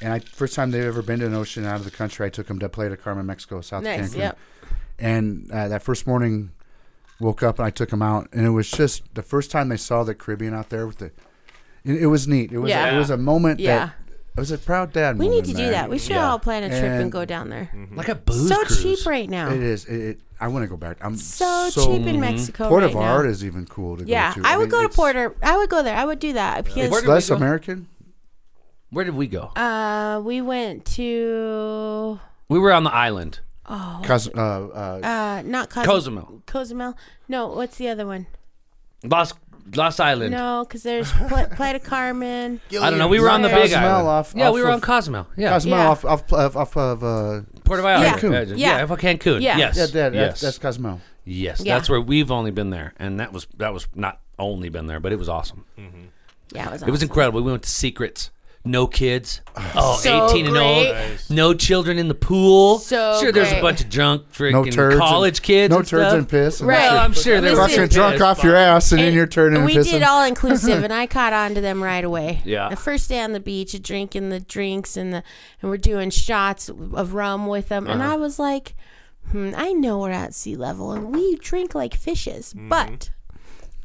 And I first time they've ever been to an ocean out of the country, I took them to Playa de Carmen, Mexico, South
Nice,
Cancun.
yep.
And uh, that first morning, woke up and I took them out, and it was just the first time they saw the Caribbean out there with the. It, it was neat. It was
Yeah.
a, it was a moment
Yeah.
that it was a proud dad.
We need
moment,
to do
man.
that. We should all plan a trip and,
And-
go down there.
like a booze
So
cruise.
cheap right now.
It is. It, it, I want to go back. I'm
Oh. so, cheap in Mexico
Port
right
of Art
now.
is even cool to
Yeah,
go to.
I would
mean,
go to
it's-
Porter. I would go there. I would do that because
Where
It's
did we
less
go?
American.
Where did we go?
uh, we went to
We were on the island.
Oh.
Cos- uh, uh,
uh, not Cozum-
Cozumel.
Cozumel. No, what's the other one?
Los Los Island.
No, because there's Pla- Playa de Carmen.
I don't know. We were on the big
Cozumel
island.
off-
yeah,
off
we were
of-
on Cozumel. Yeah,
Cozumel
Yeah.
off, off, off, off of uh,
Puerto Vallarta.
Cancun.
Yeah,
Yeah.
yeah, Cancun.
Yeah.
Yes.
yeah, that,
yes.
that, that's Cozumel.
Yes,
Yeah.
that's where we've only been there, and that was that was not only been there, but it was awesome.
Yeah, it was.
It was
awesome.
incredible. We went to Secrets, no kids, oh,
So
18 and old,
great.
no children in the pool.
So
sure, there's a
great.
bunch of drunk
No
freaking
turds. and-
college kids,
No
and
turds
stuff.
and piss. and
Right.
that's
Well,
it.
I'm sure they were
Listen,
fucking
Fucking drunk
pissed.
off your ass, and, then
And
you're turning and
we
pissing.
did all inclusive, and I caught on to them right away.
Yeah.
The first day on the beach, drinking the drinks, and the and we're doing shots of rum with them, and
Uh-huh.
I was like, hmm, I know we're at sea level, and we drink like fishes,
Mm-hmm.
but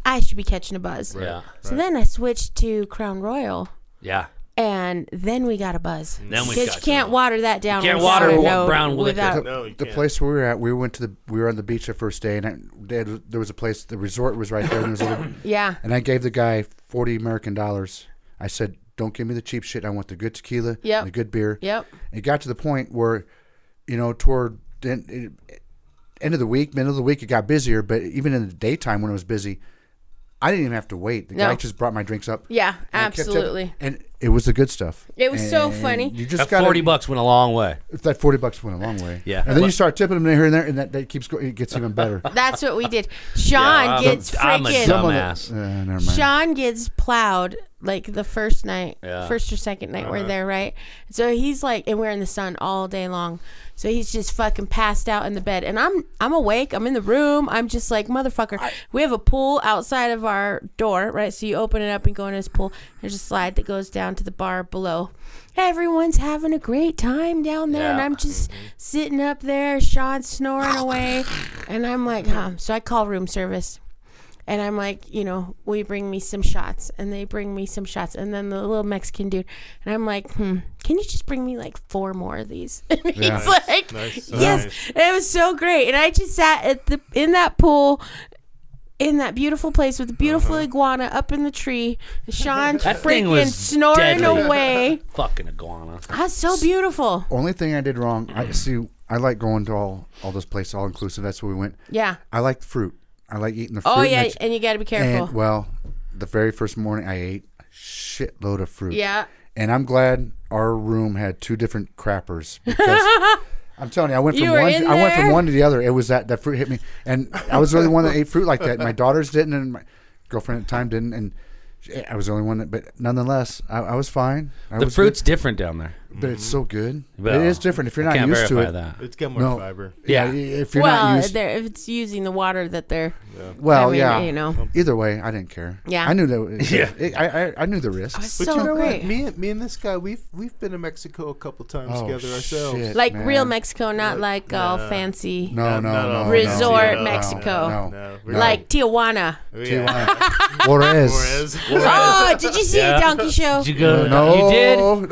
I should be catching a buzz.
Yeah,
So then I switched to Crown Royal.
yeah.
And then we got a buzz.
Then we
'Cause
got
you can't
some.
water that down.
can't
without
water
a
wa-
note,
brown liquor.
without-
No, you
the
can't.
place where we were at, we went to the we were on the beach the first day, and I, they had, there was a place. The resort was right there, and, there was a little,
Yeah.
and I gave the guy forty American dollars. I said, "Don't give me the cheap shit. I want the good tequila,
Yep.
and the good beer."
Yep.
It got to the point where, you know, toward the en- end of the week, middle of the week, it got busier. But even in the daytime when it was busy, I didn't even have to wait. The
No.
guy just brought my drinks up.
Yeah,
and I kept it-
absolutely.
And it was the good stuff.
It was so
And
funny.
You just
That
got
forty bucks went a long way.
That forty bucks went a long way.
Yeah.
And then you
But-
start tipping them here and there, and that, that keeps going. It gets even better.
That's what we did. Sean
I'm a-
gets
I'm a dumb-
freaking.
Some of the-
Dumbass.
uh, never mind.
Sean gets plowed like the first night,
Yeah. Uh-huh.
first or second night we're there, right? So he's like, and we're in the sun all day long. So he's just fucking passed out in the bed, and I'm I'm awake. I'm in the room. I'm just like motherfucker. we have a pool outside of our door, right? So you open it up and go in this pool. There's a slide that goes down to the bar below. Everyone's having a great time down there, and
Yeah. Mm-hmm.
I'm just sitting up there. Sean snoring away, and I'm like, huh. So I call room service. And I'm like, you know, will you bring me some shots? And they bring me some shots. And then the little Mexican dude, and I'm like, hmm, can you just bring me like four more of these? And he's like,
Nice.
yes.
Nice.
And It was so great. And I just sat at the in that pool. In that beautiful place with the beautiful
Uh-huh.
iguana up in the tree, Sean
That thing
freaking
was
snoring
deadly.
away.
Fucking iguana.
That's so beautiful.
Only thing I did wrong. I see. I like going to all all those places, all inclusive. That's where we went.
Yeah.
I like fruit. I like eating the fruit.
Oh
and
yeah,
that's-
and you got to be careful.
And, well, the very first morning I ate a shitload of fruit.
Yeah.
And I'm glad our room had two different crappers because I'm telling you, I went
You
from
were
one.
in
I went from
there?
one to the other. It was that that fruit hit me, and I was the only one that ate fruit like that. My daughters didn't, and my girlfriend at the time didn't, and she- I was the only one that. But nonetheless, I, I was fine. I
The
was
fruit's different down there.
good, but it's so good.
Well,
it is different if you're
I
not
can't
used to
verify
it.
that.
It's got more
No
fiber.
yeah.
Yeah.
If you're not
Well,
used,
they're, if it's using the water that they're,
well,
I mean,
yeah.
you know.
Either way, I didn't care.
Yeah.
I knew that.
Um, Yeah.
Yeah, I, I I knew the risks.
it's
But
so
you know
great.
what? Me, and- me and this guy, we've we've been to Mexico a couple times
Oh,
together ourselves.
shit.
like
man.
real Mexico, not like all
nah.
fancy,
No,
Not-
no,
not
no,
all
no,
Resort
no,
Mexico.
No,
No,
no.
no.
like Tijuana.
Yeah.
Tijuana. Juarez.
Whereas-
Oh, did you see
Yeah.
a donkey show?
Did you go?
No,
You did.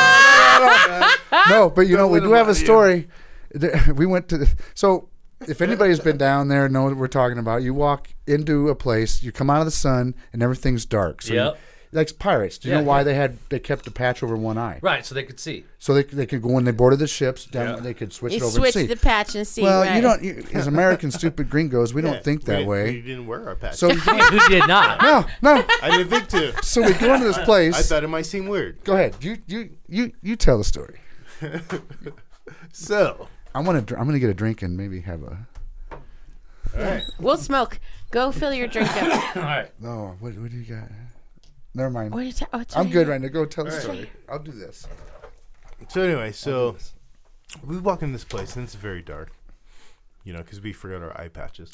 Ah! no, but you know we
let
do
him
have a
out, Ian.
story. There- We went to the, so if anybody's been down there, know what we're talking about. You walk into a place, you come out of the sun, and everything's dark. So you-
Yep.
like pirates. Do you
Yeah.
know why they had they kept a patch over one eye?
Right, so they could see.
So they, they could go when they boarded the ships down.
Yeah.
They could switch
You
it over
switch
and see.
the patch and see.
well,
right.
you don't. You, as American stupid gringos, we
Yeah.
don't think
We
that
didn't-
way.
We didn't wear our patch.
so
Hey, who did not?
no, no.
I didn't think to.
So we go into this place.
I thought it might seem weird.
go ahead. You you you you tell the story.
So,
I'm gonna dr- I'm gonna get a drink and maybe have a
We'll smoke. Go fill your drink up.
All right.
no. What what do you got? Never mind.
what are you ta- oh, it's
I'm
right
good
here.
right now. Go tell the story. I'll do this.
so anyway, so we walk in this place and it's very dark. You know, because we forgot our eye patches,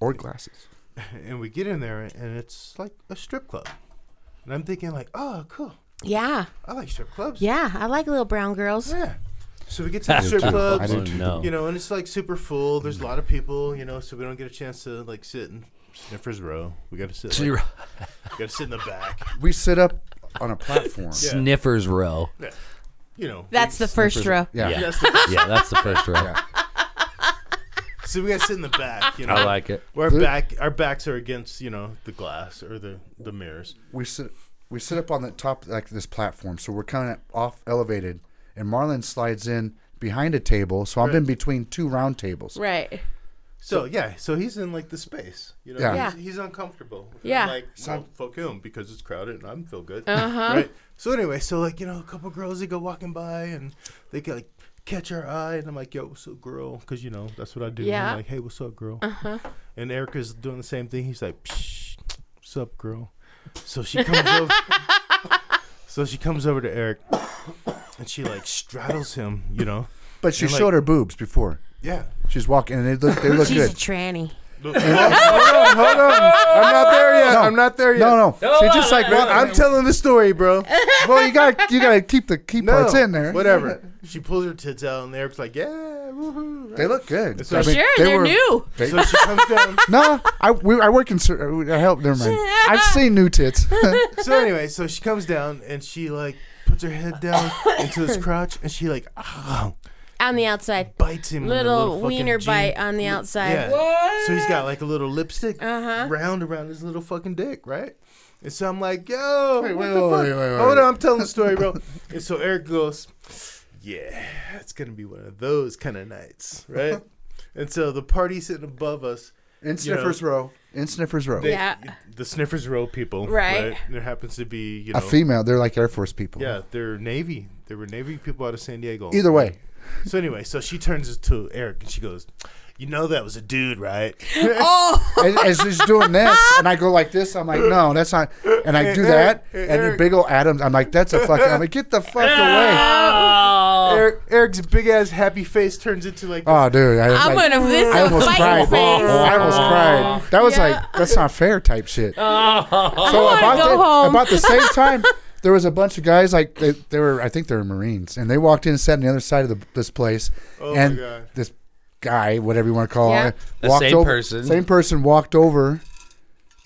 Or glasses.
and we get in there and it's like a strip club. And I'm thinking like, oh, cool.
Yeah,
I like strip clubs.
yeah. I like little brown girls.
Yeah. So we get to the
do
strip
too.
clubs.
I do
Oh, no.
You know, and it's like super full. There's a lot of people, you know, so we don't get a chance to like sit in Sniffer's Row. We gotta sit. Like, we gotta sit in the back.
We sit up on a platform.
Sniffers row.
You know.
That's the first row.
Yeah.
Yeah.
That's the,
Yeah, that's the first row.
so we gotta sit in the back. You know.
I like it.
Where our back, our backs are against, you know, the glass or the the mirrors.
We sit we sit up on the top like this platform, so we're kind of off elevated, and Marlon slides in behind a table. So I'm in between two round tables.
Right.
So yeah, so he's in like the space. You know,
Yeah.
He's, he's uncomfortable. And I'm
Yeah.
like well, fuck him because it's crowded and I don't feel good. Uh-huh. right. So anyway, so like you know, a couple girls they go walking by and they could, like catch our eye and I'm like, yo, what's up, girl? Because you know that's what I do.
Yeah.
I'm like, hey, what's up, girl? Uh-huh. And Erica's doing the same thing. He's like, Psh, what's up, girl? So she comes over. So she comes over to Eric, and she like straddles him. You know.
But she
And, like-
showed her boobs before.
Yeah.
She's walking and they look they look
She's
good.
a tranny.
hold on. I'm not there yet. I'm not there yet.
no, no.
No,
she just like
no,
Well, I'm telling the story, bro.
well, you got to you got to keep the key
No,
parts in there.
Whatever. She pulls her tits out, and Eric's like, "Yeah, woohoo!" right?
They look good.
For I mean,
sure, they are
were-
new.
They,
So she comes down.
No, I we, I work in ser- I help. Never mind. I've seen new tits.
So anyway, so she comes down, and she like puts her head down into his crotch, and she like ah,
On the outside.
bites him. in Mm, the
Little,
fucking
wiener
jean.
bite on the outside.
Yeah. So he's got like a little lipstick round around his little fucking dick, right? And so I'm like, yo,
Wait,
what
wait,
the
wait,
fuck?
wait, wait,
Hold
wait.
on, I'm telling the story, bro. and so Eric goes, yeah, it's gonna be one of those kind of nights, right? and so the party sitting above us,
in
Sniffers
Row. In Sniffers Row.
they-
Yeah.
the Sniffers Row people,
Right.
There happens to be, you know,
A female. They're like Air Force people.
yeah, they're Navy. They were Navy people out of San Diego.
Either way,
So anyway, so she turns to Eric and she goes, "You know that was a dude, right?"
Oh,
as, as she's doing this, and I go like this, I'm like, no, that's not. And I do that, and then big ol' Adams, I'm like, that's a fucking. I'm like, get the fuck
Ah.
away.
Oh.
Eric, Eric's big ass happy face turns into like
Oh, dude, I,
I'm
like,
gonna this
I
a
almost
fighting
cried. Oh,
face.
I almost cried. That was
Yeah. Uh,
like that's not fair type shit. So
wanna
about
go
the,
home.
about the same time, there was a bunch of guys like they, they were I think they were Marines, and they walked in and sat on the other side of the, this place,
Oh my
and
God.
this guy, whatever you want to call
Yeah.
him,
The same
over,
person.
same person walked over.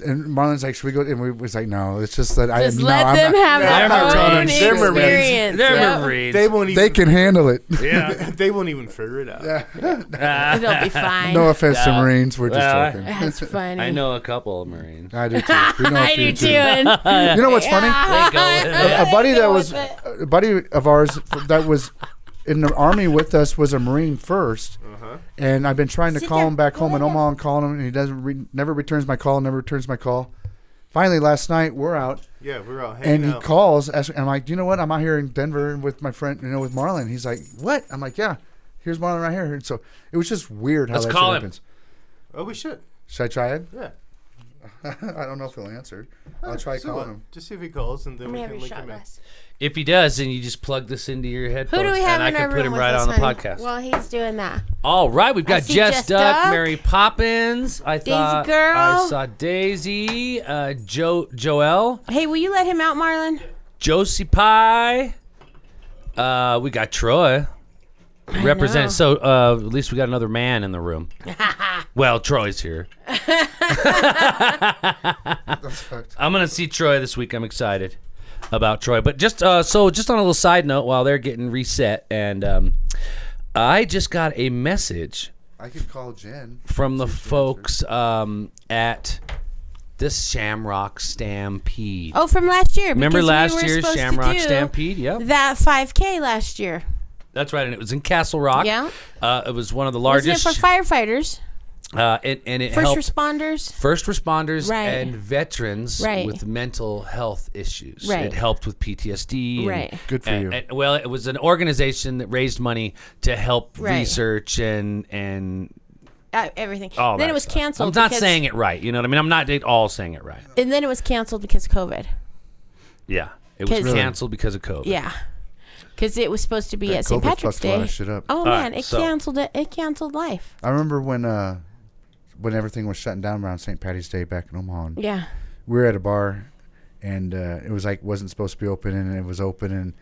And Marlon's like, should we go? And we was like, no, it's just that I
Just
no,
let
I'm
them
not-
have
I'm not
their own
telling them. They're Marines.
experience. Yep.
they won't even
They can handle it.
yeah they won't even figure it out.
They'll be fine.
no offense to
Yeah.
Marines, we're just
Well,
joking.
That's funny.
I know a couple of Marines.
I do too. We know a
I
few
do too. And
You know what's funny?
Go.
a buddy that
go
was
with
a buddy of ours that was in the army with us was a marine 1st
Uh-huh.
and I've been trying to
Sit
call
down.
him back
Go
home in
ahead.
Omaha and calling him, and he doesn't re- never returns my call, never returns my call. Finally, last night we're out,
Yeah, we're out hanging
and he
out.
calls. Asking, I'm like, you know what? I'm out here in Denver with my friend, you know, with Marlon. He's like, what? I'm like, yeah. Here's Marlon right here. And so it was just weird how
Let's
that
call
shit
him.
happens.
oh, we should.
Should I try it?
Yeah.
I don't know if he'll answer. I'll try
So
calling
what?
him.
Just see if he calls, and then
Let me
we
have
can
your
link
shot
him in.
glass.
If he does, then you just plug this into your headphones,
Who do we have
and I
in
can
our
put
room
him
with
right
us,
on the
honey,
podcast.
While he's doing that,
All right, we've got
see
Jess,
Jess
Duck,
Duck.
Mary Poppins. I thought I
girl.
saw Daisy, uh, Joe, Joel,
hey, will you let him out, Marlon?
Josie Pie. Uh, we got Troy represented. So uh, at least we got another man in the room. well, Troy's here.
That's fucked.
I'm gonna see Troy this week. I'm excited about Troy. But just uh, so, just on a little side note, while they're getting reset, and um, I just got a message
I could call Jen.
from the folks um, at this Shamrock Stampede.
Oh, from last year.
Remember
because
last
we were
year's
supposed to
Shamrock
do
Stampede? Yep,
That 5K last year.
that's right, and it was in Castle Rock.
Yeah.
uh, it was one of the
Wasn't it
largest.
for firefighters,
uh, and, and it
first
helped
responders?
first responders
Right.
and veterans
Right.
with mental health issues.
Right.
It helped with PTSD. and-
Right.
Good for
and-
you.
and- well, it was an organization that raised money to help
Right.
research and and
Uh, everything.
all
then
that
it was
stuff.
canceled.
I'm not
because-
saying it right. You know what I mean? I'm not at all saying it right.
And then it was canceled because of COVID.
Yeah. It was
'Cause- Really?
canceled because of COVID.
Yeah. Because it was supposed to be
That
at St.
COVID
Patrick's
fucked a lot
Day.
of shit up.
Oh, man.
right,
It
so-
canceled it. It canceled life.
I remember when uh, when everything was shutting down around St. Patty's Day back in Omaha. and
Yeah.
we were at a bar, and uh, it was like wasn't supposed to be open, and it was open, and,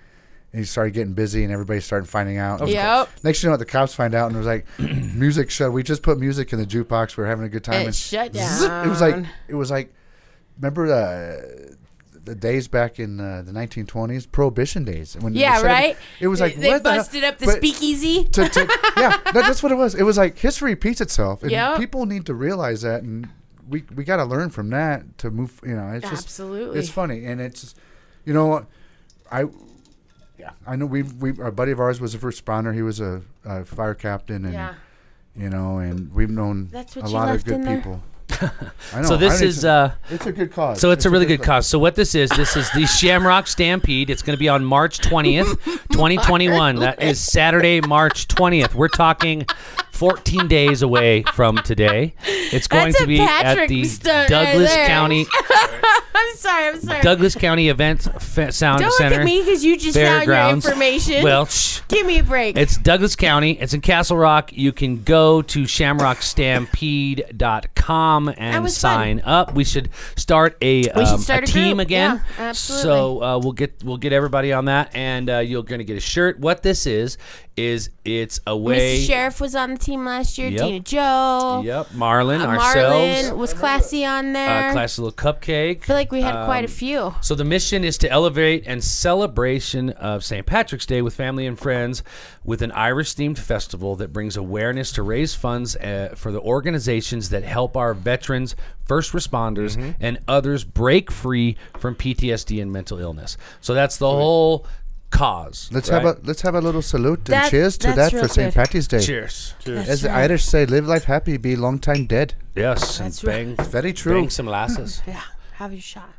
and it started getting busy, and everybody started finding out. And
Yep.
Next thing you know, the cops find out, and it was like, music shut. We just put music in the jukebox. We were having a good time.
It
and
shut
zip, it was like
down.
it was like, remember uh, the days back in uh, the 1920s, Prohibition days. When they shut
Yeah,
every-
right?
It was like
they
what the hell?
busted up the
But-
speakeasy.
to, to, yeah, that, that's what it was. It was like history repeats itself, and
Yep.
people need to realize that, and we we got to learn from that to move. You know, it's just
Absolutely.
it's funny, and it's you know, I yeah, I know we we a buddy of ours was a first responder. He was a, a fire captain, and
Yeah.
you know, and we've known
That's what
a
you
lot of
left in
good
there?
people. I know.
So
I
this
don't
is
even-
uh
it's a good cause.
So it's, a really good cause. So what this is, this is the Shamrock Stampede. It's going to be on March 20th, 2021. That is Saturday, March 20th. We're talking 14 days away from today. It's going
That's
to
a
be at
Patrick
the
stunt right
Douglas
there.
County
I'm sorry. I'm sorry.
Douglas County Event Fe- Sound
Don't
Center
look at me because you just found your
Fairgrounds.
information.
Well, shh.
give me a break.
It's Douglas County. It's in Castle Rock. You can go to shamrockstampede.com and
was fun.
sign up. We should start a, um,
should start a
team
group.
again.
Yeah, absolutely.
So uh, we'll get we'll get everybody on that, and uh, you're going to get a shirt. What this is is it's a way.
Mr. Sheriff was on the team last year.
Yep.
Tina Joe.
Yep, Marlon,
Uh,
ourselves,
Marlin was classy on there.
uh, um, classy little cupcake.
I feel like we had quite a few.
So the mission is to elevate and celebration of St. Patrick's Day with family and friends with an Irish themed festival that brings awareness to raise funds uh, for the organizations that help our veterans, first responders
Mm-hmm.
and others break free from PTSD and mental illness. So that's the whole cause.
Let's
right?
have a let's have a little salute and
That-
cheers to
that's
that
real
for St.
good.
Patty's Day.
cheers.
As the Irish say, live life happy, be long time dead.
Yes,
That's
and bang,
right.
Very true.
bang some lasses.
Yeah, have your shot.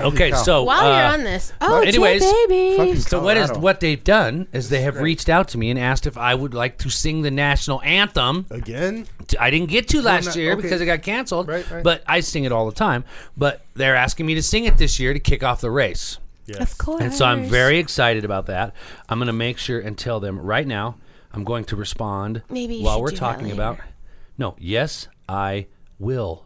okay,
cow.
so
While
uh,
you're on this, oh,
anyways,
dear baby,
Fucking
So what is
Colorado.
what they've done is they have reached out to me and asked if I would like to sing the national anthem.
Again?
T- I didn't get to last
not-
year
okay.
because it got canceled,
Right, right.
but I sing it all the time. But they're asking me to sing it this year to kick off the race.
Yes.
of course.
And so I'm very excited about that. I'm going to make sure and tell them right now. I'm going to respond
Maybe you
while
should
we're
do that
talking
later.
about. No, yes, I will.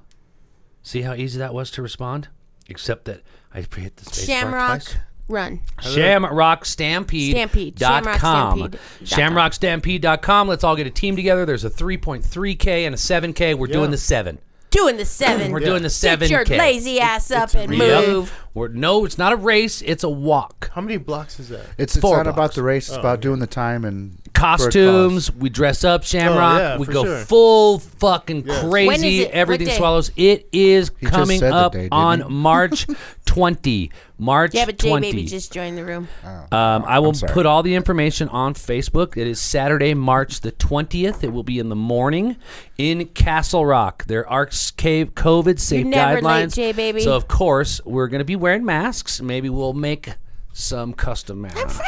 See how easy that was to respond? Except that I hit the space bar
Shamrock
twice.
Run.
Shamrock Stampede.
Stampede.
Dot com.
Shamrock
ShamrockStampede.com. Let's all get a team together. There's a 3.3K and a 7K. We're doing the 7.
Doing the 7
We're doing the 7K.
Get your lazy ass up and
Yep.
move.
We're, no, it's not a race. It's a walk.
How many blocks is that?
It's, it's
Four
not about
blocks.
the race. It's about doing the time and
costumes. We dress up,
Oh,
Shamrock.
yeah,
we
for
go
sure.
full fucking
Yes.
crazy.
When is it? What
Everything
day?
swallows. It is
He just
coming
said the
up
day, didn't he?
on March 20. March
Yeah, but Jay
20.
Baby just joined the room.
Um, I will
sorry.
put all the information on Facebook. It is Saturday, March the 20th. It will be in the morning in Castle Rock. There are s- cave COVID safe
never late,
guidelines.
Jay Baby.
So, of course, we're going to be wearing masks. Maybe we'll make some custom masks.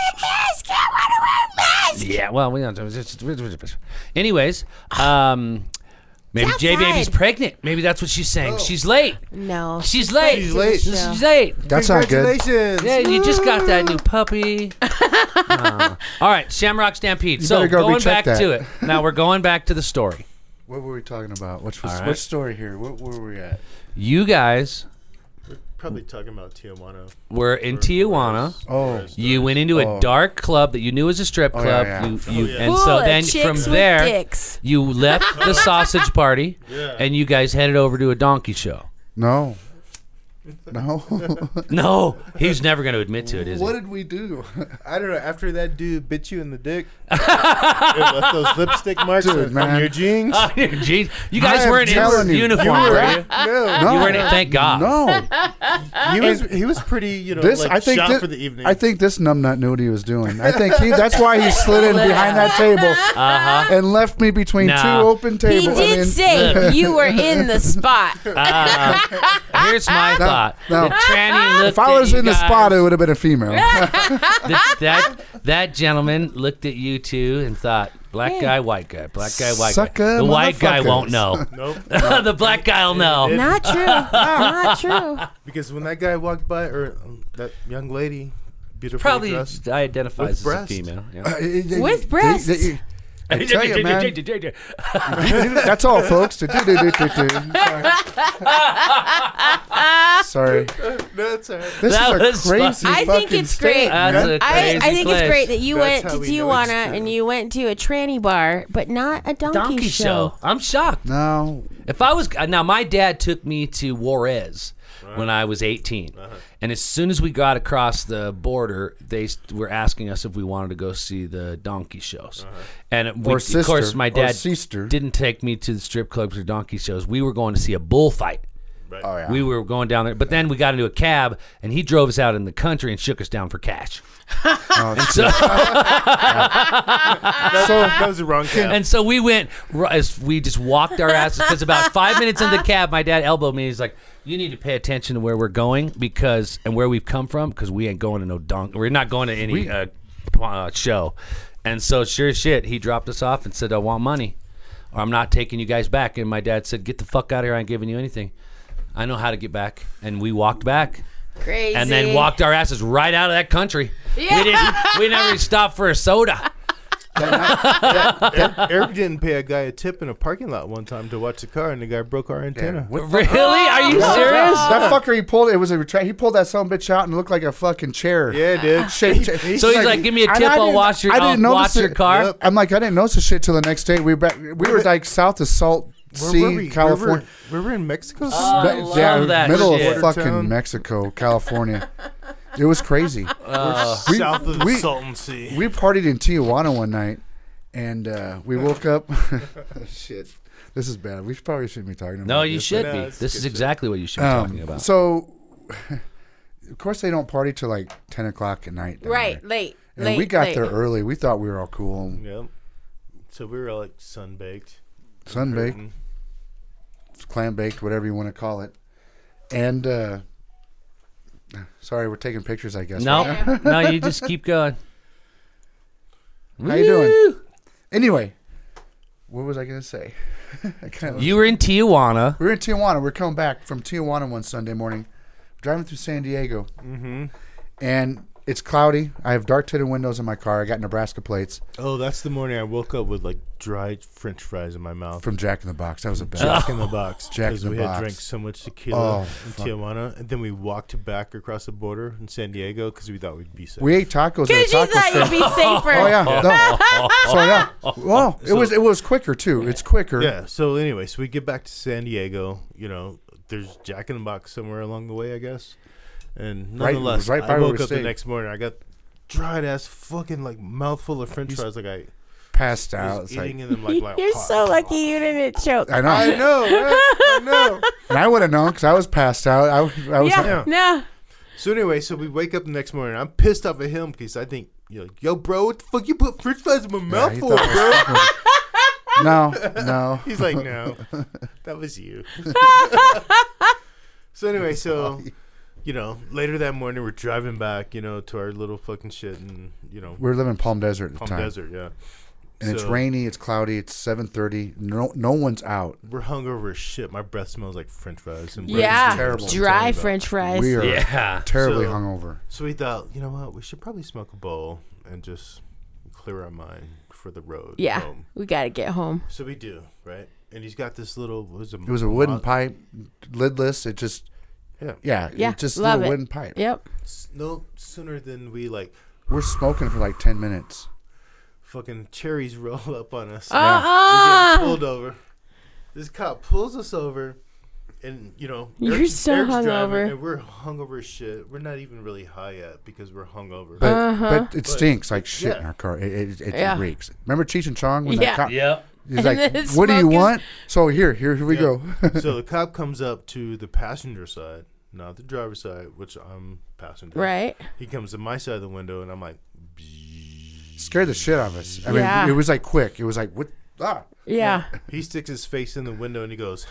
Yeah, well, we don't. Anyways, um, maybe
It's
Jay
outside.
Baby's pregnant. Maybe that's what she's saying. She's late.
No.
She's late.
Oh. She's late.
She's late.
That's not good.
Congratulations.
Yeah, you just got that new puppy. Oh. All right, Shamrock Stampede. so
better go
going back
recheck that.
to it. Now we're going back to the story.
What were we talking about? Which was
All right.
which story here? What were we at?
You guys
Probably talking about Tijuana.
were in Tijuana.
Oh,
You went into a
Oh.
dark club that you knew was a strip
Oh,
club.
yeah, yeah.
You,
Oh,
you,
yeah.
And
Full
so
of
then
chicks
from
with
there,
dicks.
you left the sausage party,
Yeah.
and you guys headed over to a donkey show.
no, no.
No, he's never going to admit to it, is
what
he?
did we do?
I don't know. After that dude bit you in the dick, it left those lipstick marks
Dude,
on- on
man.
your jeans.
Oh, jeez. You guys
am
weren't in
telling you,
uniform,
you
were
were-
you?
no,
No,
You weren't. in- Thank God.
no.
he was he was pretty. You know,
This
like
I think
shot
this,
for the evening.
I think this numbnut knew what he was doing. I think he that's why he slid in behind that table and left me between
Nah.
two open tables.
He
I
did
mean,
say you were in the spot.
Uh, here's my thought.
no.
The tranny looked
if I
at
was
you
in the
guys-
spot, it would have been a female.
th- that that gentleman looked at you two and thought, black guy, white guy, black guy, white guy.
Sucker
The white guy won't
motherfuckers.
know.
nope.
the black guy'll know.
Not true. Not true.
Because when that guy walked by, or um, that young lady, beautiful
Probably
dressed. With
identifies as a
breasts.
female.
With breasts.
I tell you, man.
man.
That's all, folks. Sorry. Sorry.
No, it's all right.
This
That was
is a
fun.
crazy
I think
fucking
it's great.
state.
That's a
I,
crazy
I think it's
place.
great that you went
That's how
to
we know it's
Tijuana and you went to a tranny bar, but not a donkey,
Donkey show. I'm shocked.
No.
If I was now, my dad took me to Juarez when I was 18, and as soon as we got across the border, they s- were asking us if we wanted to go see the donkey shows. And we,
Or
of course,
sister,
my
or
dad
sister.
didn't take me to the strip clubs or donkey shows. We were going to see a bullfight.
Oh, yeah.
We were going down there, but then we got into a cab, and he drove us out in the country and shook us down for cash.
That, that was the wrong cab.
And so we went, ru- as we just walked our asses. Because about five minutes in the cab, my dad elbowed me. He's like, "You need to pay attention to where we're going because and where we've come from because we ain't going to no dunk. We're not going to any uh, p- uh, show." And so, sure as shit, he dropped us off and said, "I want money, or I'm not taking you guys back." And my dad said, "Get the fuck out of here! I ain't giving you anything. I know how to get back." And we walked back
show. Crazy.
and then walked our asses right out of that country. We didn't. We never even stopped for a soda.
Eric didn't pay a guy a tip in a parking lot one time to watch the car, and the guy broke our antenna.
What
Really? Are you serious?
That fucker he pulled it was a retract. He pulled that son of a bitch out and looked like a fucking chair.
Yeah, dude.
Shaped chair.
So he's like, "Give me a
and
tip,
I
I'll
didn't-
wash your-
I
I'll
didn't notice
watch your
it.
car."
Yep. I'm like, I didn't notice this shit till the next day. We were back. We were like south of Salt Sea,
were we?
California.
We were, we were in Mexico.
I
Me-
love
yeah,
that
middle
shit.
of fucking
Town.
Mexico, California. it was crazy. we-
south of the
we-
Salton Sea.
We partied in Tijuana one night, and uh, we woke up. shit, this is bad. We should- probably shouldn't be talking about.
No, you
this,
should
No,
be.
it's
This
good
is
shit.
exactly what you should be
but-
talking
Um,
about.
So, of course, they don't party till like ten o'clock at night. down
Right,
there.
late.
And
late,
we got
late.
there early. We thought we were all cool and
Yep. So we were all, like sunbaked.
sunbaked,
Mm-hmm.
Curtain.
clam baked, whatever you want to call it. And uh, sorry, we're taking pictures. I guess. right?
no, no, you just keep going.
How you doing? Anyway, what was I gonna say? I kind of
You were in Tijuana.
we were in Tijuana. We were coming back from Tijuana one Sunday morning, driving through San Diego, mm-hmm. and it's cloudy. I have dark tinted windows in my car. I got Nebraska plates
Oh, that's the morning I woke up with like dried French fries in my mouth.
from Jack in the Box. That was a bad.
Jack in the Box.
Jack
Because
in the
we had
Box.
drank so much tequila
Oh,
in Tijuana, and then we walked back across the border in San Diego because we thought we'd be safe.
we ate tacos at a
Because you
taco
thought
stand.
you'd be safer.
Oh yeah, no. so yeah. Well, it was it was quicker too. It's quicker.
Oh. yeah. So anyway, so we get back to San Diego. You know, there's Jack in the Box somewhere along the way, I guess. And
Right-
nonetheless,
right by
I
where
woke
we
up the
stayed.
next morning. I got dried ass fucking like mouthful of French
You s-
fries. Like I
passed out. It's like,
eating in them like, like
You're so lucky you didn't choke.
I know.
I know, right? I know.
and I would have known because I was passed out. I, w- I was.
Yeah, no.
So anyway, so we wake up the next morning. I'm pissed off at him because I think, you know, yo, bro, what the fuck you put French fries in my
Yeah,
mouth
he
for,
thought
bro?
I- no, no.
He's like, no, that was you. so anyway, so you know, later that morning we're driving back, you know, to our little fucking shit, and you know,
We were living in Palm Desert at the
Palm
time,
Desert, yeah.
and it's
So
rainy. It's cloudy. It's seven thirty. No, no one's out.
We're hungover as shit. My breath smells like French fries. And
Yeah.
terrible.
Dry French fries.
We are
Yeah.
terribly
So-
hungover.
So we thought, you know what? We should probably smoke a bowl and just clear our mind for the road.
Yeah,
home.
we gotta get home.
So we do, right? And he's got this little. What was it?
It was a wooden pipe, lidless. It just,
Yeah.
yeah,
Yeah,
it just a
love
little
it.
wooden pipe.
Yep.
S- No sooner than we like
We're smoking for like ten minutes.
fucking cherries roll up on us.
Uh-uh.
We get pulled over. This cop pulls us over, and you know
You're
Eric's-
so
Eric's driving,
hungover.
and we're hungover as shit. We're not even really high yet because we're hungover.
But, but it stinks like shit in
yeah.
our car. It, it, it
Uh-huh. Yeah.
reeks. Remember Cheech and Chong when
Yeah.
that cop,
Yep.
he's
And
like,
then
"What do you
smoke is-
want?" So here, here, here we go.
so the cop comes up to the passenger side, not the driver's side, which I'm passenger.
Right.
He comes to my side of the window, and I'm like,
Scared the shit out of us. I mean,
Yeah.
it was like quick. It was like what? Ah.
Yeah.
he sticks his face in the window, and he goes,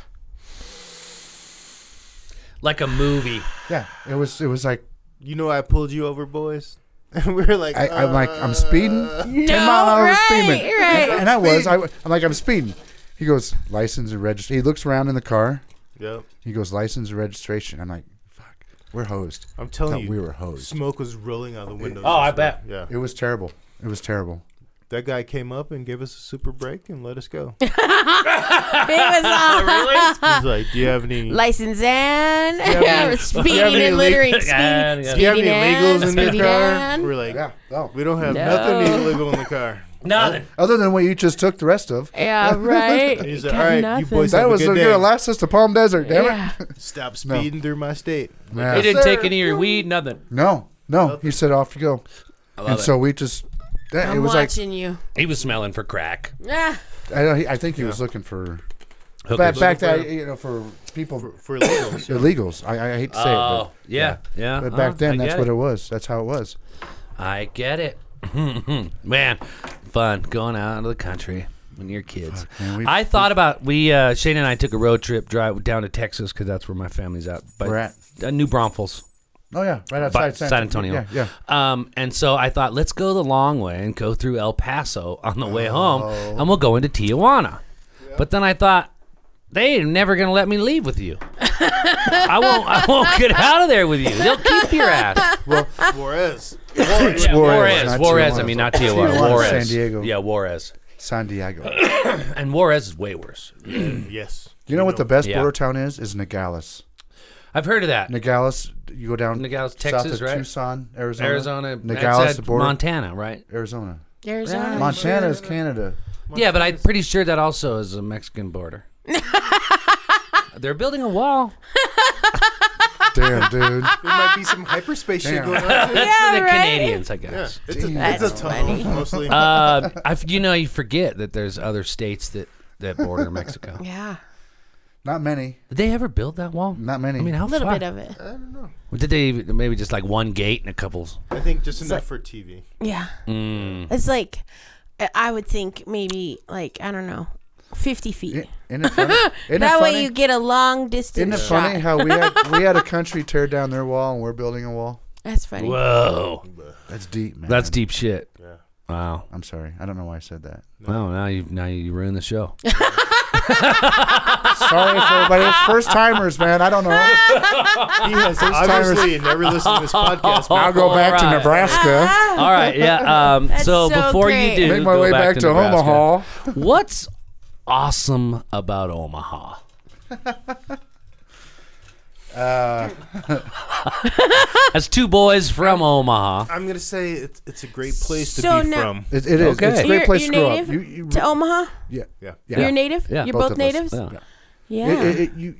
Like a movie.
Yeah, it was. It was like
"You know, I pulled you over, boys." And we're like, "Uh."
I, I'm like I'm speeding.
No.
Ten mile an hour speeding.
right. Right.
And I was. I, am like I'm speeding. He goes license and registration. He looks around in the car.
"Yep."
He goes license and registration. I'm like, fuck, we're hosed.
I'm telling
Thought
you,
we were hosed.
Smoke was rolling out of the windows.
Oh, I
yesterday.
bet.
Yeah,
It was terrible. It was terrible.
that guy came up and gave us a super break and let us go.
It was all
He's like, "Do you have any?
license and speeding
have any
and littering.
legal-
Speeding,
and, yeah. Do
Do you have
speeding
any
and,
illegals in your
speeding
car?"
and.
We're like,
Yeah. Oh.
"We don't have nothing illegal in the car."
Nothing.
Other than what you just took, the rest of
Yeah, right.
He's
Got
like, "All right, you
nothing.
boys
that
have
was
a
a
good day.
good last us to Palm Desert. Damn
Yeah.
it.
Stop speeding through my state."
Yeah.
He didn't
sir.
take any of your weed. Nothing.
No, no. He said off you go,
I
and
love it.
so we just. That, it
I'm
was
watching you.
He was smelling for crack.
Ah,
like I, don't- he- I think he was looking for back,
Hookers.
back that you know for people
For illegals,
illegals. I, I hate to say it,
Oh,
but,
yeah, yeah.
but back
Oh,
then
I
that's
get
what
it.
it was. That's how it was.
I get it. Man, fun going out into the country when you're kids.
man, we've-
I thought about we uh, Shane and I took a road trip drive down to Texas because that's where my family's at. But
We're at-
uh, New Braunfels.
Oh yeah, right
by
outside
San, Antonio.
Yeah, yeah.
Um, and so I thought, let's go the long way and go through El Paso on the way home, and we'll go into Tijuana. But then I thought, they are never gonna let me leave with you. I won't. I won't get out of there with you. They'll keep your ass.
Juarez.
Yeah,
Juarez,
Juarez.
not
Juarez.
Tijuana.
I mean, not Tijuana.
Tijuana,
Juarez.
San Diego.
Yeah, Juarez.
San Diego.
And Juarez is way worse.
Yes.
You know what the best
Yeah.
border town is? Is Nogales.
I've heard of that.
Nogales, you go down
Nogales,
south
Texas,
of
right?
Tucson, Arizona.
Arizona,
Nogales,
outside
the border.
Montana, right?
Arizona.
Arizona.
Montana is Canada.
Yeah, but I'm pretty sure that also is a Mexican border. They're building a wall.
Damn, dude.
There might be some hyperspace shit
Damn.
going on.
That's
too.
for the
right?
Canadians, I guess.
It's a,
That's
it's a tunnel, mostly.
Uh, I f you know, you forget that there's other states that, that border Mexico.
Yeah,
Not many.
Did they ever build that wall?
Not many.
I mean, how
a little
far?
bit of it.
Did they even- maybe just like one gate and a couple?
I think just enough for TV.
Yeah.
Mm.
It's like, I- I would think maybe like I don't know, fifty feet.
I- Isn't it funny? Isn't
that
it funny?
way you get a long
Isn't
distance
it
shot.
funny how we had we had a country tear down their wall and we're building a wall?
That's funny.
Whoa,
That's deep, man.
that's deep shit.
Yeah.
Wow.
I'm sorry. I don't know why I said that.
Wow. Now you now you ruined the show.
Sorry for everybody. It's first timers, man. I don't know.
He has obviously never listened to this podcast. but
I'll go back to
Alright.
Nebraska.
Ah,
All right. Yeah. Um. so,
so
before
great.
you do,
Make my
go
way back, to
Nebraska.
Omaha.
What's awesome about Omaha?
Uh.
That's two boys from Omaha.
I'm gonna say it's, it's a great place
So
to be
now-
from.
It, it is.
Okay.
It's a
You're,
great place
you're
to grow
native
up. You, you,
to Omaha.
yeah.
Yeah.
Yeah.
You're native.
Yeah,
You're
both
both,
of us.
natives.
Yeah.
Yeah.
It, it, it, you,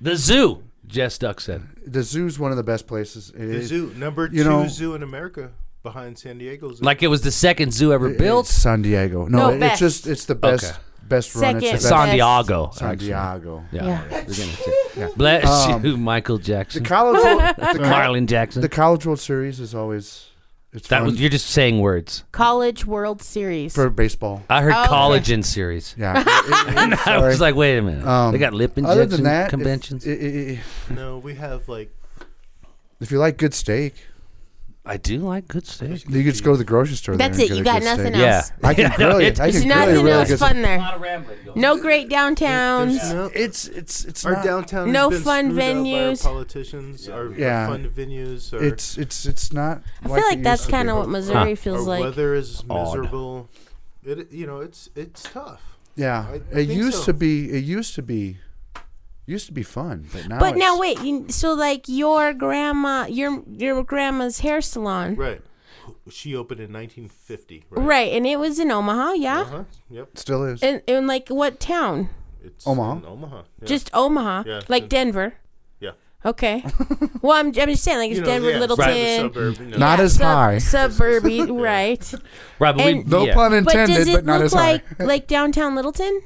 The zoo, Jess Duck said.
the zoo's one of the best places. It
The
is-
zoo, number
you
two
know-
zoo in America. behind San Diego's.
Like it was the second zoo ever built.
It's San Diego. No,
No,
it-
best.
it's just it's the best
Okay.
best run.
Second.
It's the
San
best.
Yes.
Diego.
San
actually.
Diego.
Yeah.
Yeah.
We're gonna say- Bless
Um,
you, Michael
The
Jackson.
college the, col-
Marlon Jackson.
the college world series is always it's
that
fun
was you're just saying words.
College World Series.
for baseball.
I heard
Oh, okay.
collagen series.
Yeah. It- it-
I
sorry.
was like, wait a minute.
Um,
they got lip injection
Other than that, if-
conventions.
i- i- i-
No, we have like
if you like good steak,
I do like good steak.
you could just go to the grocery store. there
That's
and
it.
get
You
a
got
good
nothing
steak.
else.
Yeah.
I can grill it. I
There's
can grill
nothing
you really
else
good.
fun there.
of rambling.
No great downtowns.
no,
It's it's it's
our
not,
downtown. has
No
been
fun
screwed up by our
venues.
politicians, our, our
Yeah.
fun venues. Our,
It's it's it's not.
I feel
it
like
used
that's
to be.
kind of what Missouri
our
feels like.
weather is
Odd.
miserable. It you know it's it's tough.
Yeah,
I- I
it
think
used
so.
to be. It used to be. Used to be fun, but now.
But now
it's-
wait, you, so like your grandma, your your grandma's hair salon, right?
Right. She opened in 1950. Right.
and it was in Omaha, yeah.
Uh-huh. Yep.
still is.
And and like what town?
It's
Omaha?
in Omaha. Yeah.
Just Omaha,
Yeah,
like
it's-
Denver.
yeah.
Okay. well, I'm, I'm just saying, like it's
You know,
Denver,
yeah, it's
Littleton,
in the suburb, you know.
Not as high.
suburby, right?
Right, but
And-
we,
no
yeah.
pun
But
intended,
does
but,
it
not
look
as high.
like like downtown Littleton,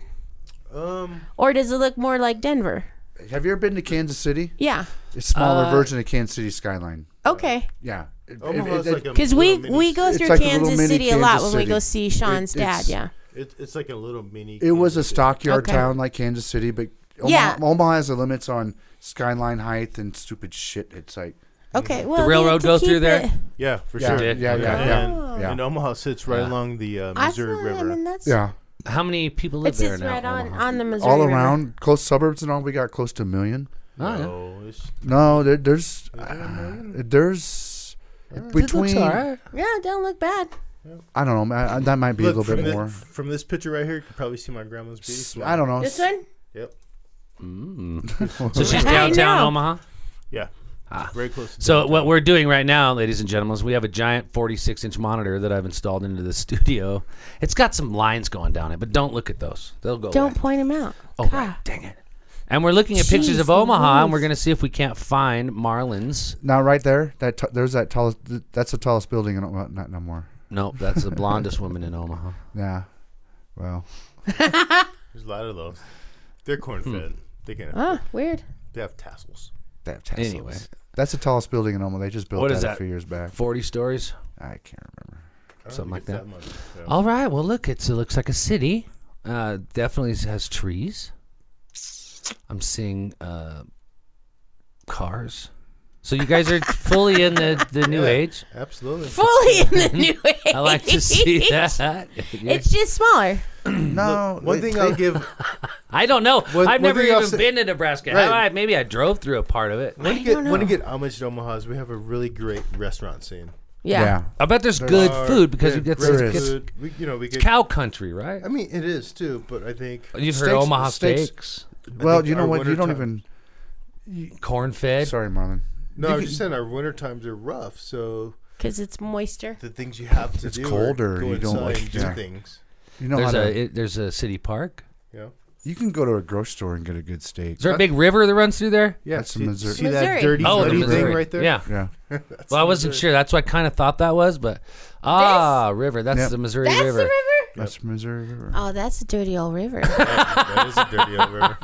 Um,
or does it look more like Denver?
Have you ever been to Kansas City?
Yeah.
It's smaller
Uh,
version of Kansas City skyline.
Okay.
Yeah, It- it-
Omaha's
it-
like a
Because we
little mini
we go
It's
through
like a little
Kansas
mini
City a lot
Kansas
when we go see
City.
Sean's
It-
dad.
it's-
Yeah.
It, it's like a little mini.
it was a
Kansas City.
stockyard
Okay.
town like Kansas City, but Omaha,
Yeah.
Omaha has the limits on skyline height and stupid shit. It's like
Okay. Well, they
railroad
have to
goes through
keep
there?
it-
Yeah, for
yeah,
sure.
yeah,
Did?
yeah,
Okay.
yeah,
And,
yeah.
and Omaha sits right
Yeah.
along the uh,
I
Missouri
feel- I
River.
mean, that's
yeah.
How many people live
It's
there
just
now?
right on,
Omaha?
on the Missouri.
All
River.
around, close suburbs and all, we got close to a million.
Oh, yeah.
No, it's-
No, there, there's, uh, there's between.
Yeah, it don't look bad.
I don't know. man, I- That might be a
Look,
little
from
bit
thi-
more.
From this picture right here, you can probably see my grandma's
S-
bees.
I don't
Oh,
know.
This one?
Yep.
Mm. so she's
I
downtown
know.
Omaha.
Yeah.
Ah.
Very close. to
So
downtown.
what we're doing right now, ladies and gentlemen, is we have a giant 46-inch monitor that I've installed into the studio. It's got some lines going down it, but don't look at those. They'll go.
Don't
away.
point him out.
Oh, right. Dang it. And we're looking at pictures of
Jeez
Omaha, and
Louise.
we're going to see if we can't find Marlins.
Now, right there, that t- there's that tallest. th- That's the tallest building. In, well, not no more.
Nope, that's the blondest woman in Omaha.
Yeah. Well,
There's a lot of those. They're corn
Hmm.
fed. They can.
Ah, weird.
They have tassels.
that Tesla's-
Anyway,
that's the tallest building in Omaha. They just built
What
that,
is
a
that?
few years back.
40 stories.
I can't remember.
I don't
Something
think
like
it's that much. Yeah.
All right. Well, look, it's, it looks like a city. Uh, definitely has trees. I'm seeing uh, cars. So you guys are fully in the, the new
Yeah.
age.
Ah.
Absolutely.
Fully in the new age.
I like to see that.
It's just smaller.
No,
One
they-
thing
they-
I'll give.
I don't know.
One-
I've
one
never
thing I'll
even
say-
been to Nebraska.
Right.
Have I? Maybe I drove through a part of it.
When you get when you get homage to Omaha, is we have a really great restaurant scene.
Yeah.
I bet there's good
Our-
food because
yeah,
you get
great
some
there is.
it's
food. We, you know, we get.
cow country, right?
I mean, it is too, but I think
You've
Steaks-
heard Omaha
steaks.
steaks,
Well,
think
you know
our
what? You
winter
don't
time-
even.
corn fed.
Sorry, Marlon.
no.
You
I was
could-
just saying our winter times are rough, so
Because it's moister.
the things you have to
It's
do. are
colder,
Go
you don't
inside
like-
and do
yeah.
things.
You know how
There's
to,
a it, there's a city park.
You know?
You can go to a grocery store and get a good steak.
Is there a big river that runs through there?
Yeah.
That's
see,
in Missouri.
see
Missouri.
that dirty,
Oh, the
muddy
Missouri
thing right there?
Yeah.
Yeah.
Well, I wasn't sure. That's what I kind of thought that was, but ah, river. That's
Yep.
the Missouri
That's
River.
the river?
That's Missouri River.
Oh, that's a dirty old river.
that is a dirty old river.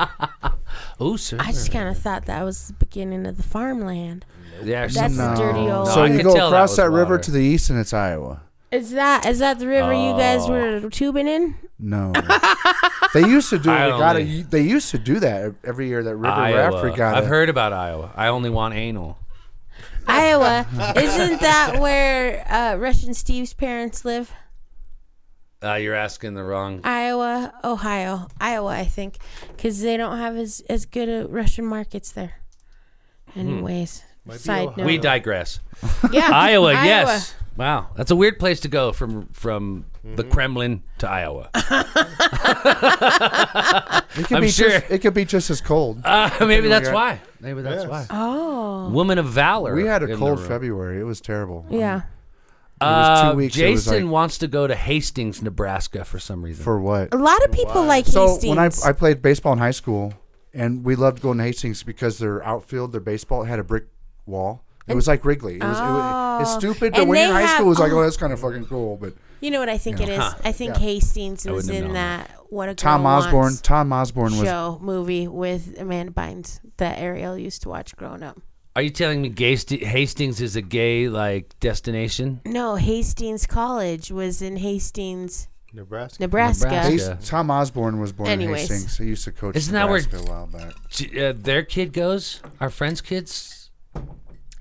Oh, sir.
I just kind of thought that was the beginning of the farmland.
yeah,
That's
some-
the dirty old.
No,
so
I
you
could
go
tell that
across
was
that, river
water.
to the east, and it's Iowa.
is that is that the river you guys
Oh.
were tubing in?
No, they used to do.
I
They
don't
got
think-
They used to do that every year. That river
Iowa.
rafter got
I've
it.
heard about Iowa. I only want anal.
Iowa. Isn't that where uh, Russian Steve's parents live?
Uh, you're asking the wrong.
Iowa, Ohio, Iowa, I think, because they don't have as as good a Russian markets there. Anyways,
Hmm. be
side
Ohio.
note.
We digress.
yeah,
Iowa, yes. Wow, that's a weird place to go from from the
Mm-hmm.
Kremlin to Iowa.
It could
I'm
be
sure.
Just, it could be just as cold.
Uh, maybe that's
got-
why. Maybe that's
Yes.
why.
Oh,
Woman of valor.
we had
in
a
the
cold
room.
February. It was terrible.
Hmm.
yeah.
was two
Uh,
weeks, it was
Jason
like-
wants to go to Hastings, Nebraska, for some reason.
For what?
A lot of people like
So
Oh, Hastings.
when I I played baseball in high school, and we loved going to Hastings because their outfield, their baseball had a brick wall. It was like Wrigley. It was, it was it's
Oh.
stupid, but
And
when you're in
they
high
have-
school, it's like,
oh.
oh, that's kind of fucking cool. But
You know what I think it is?
Huh.
I think
Yeah.
Hastings
I
was
wouldn't have
in
known
that What a Girl
Tom Osborne,
Wants
Tom Osborne was
show movie with Amanda Bynes that Ariel used to watch growing up.
Are you telling me gay st- Hastings is a gay like destination?
No, Hastings College was in Hastings,
Nebraska.
Nebraska.
Nebraska.
He's- Tom Osborne was born
Anyways.
in Hastings. He used to coach
Isn't that where-
Nebraska a while back.
J- Uh, their kid goes. Our friends' kids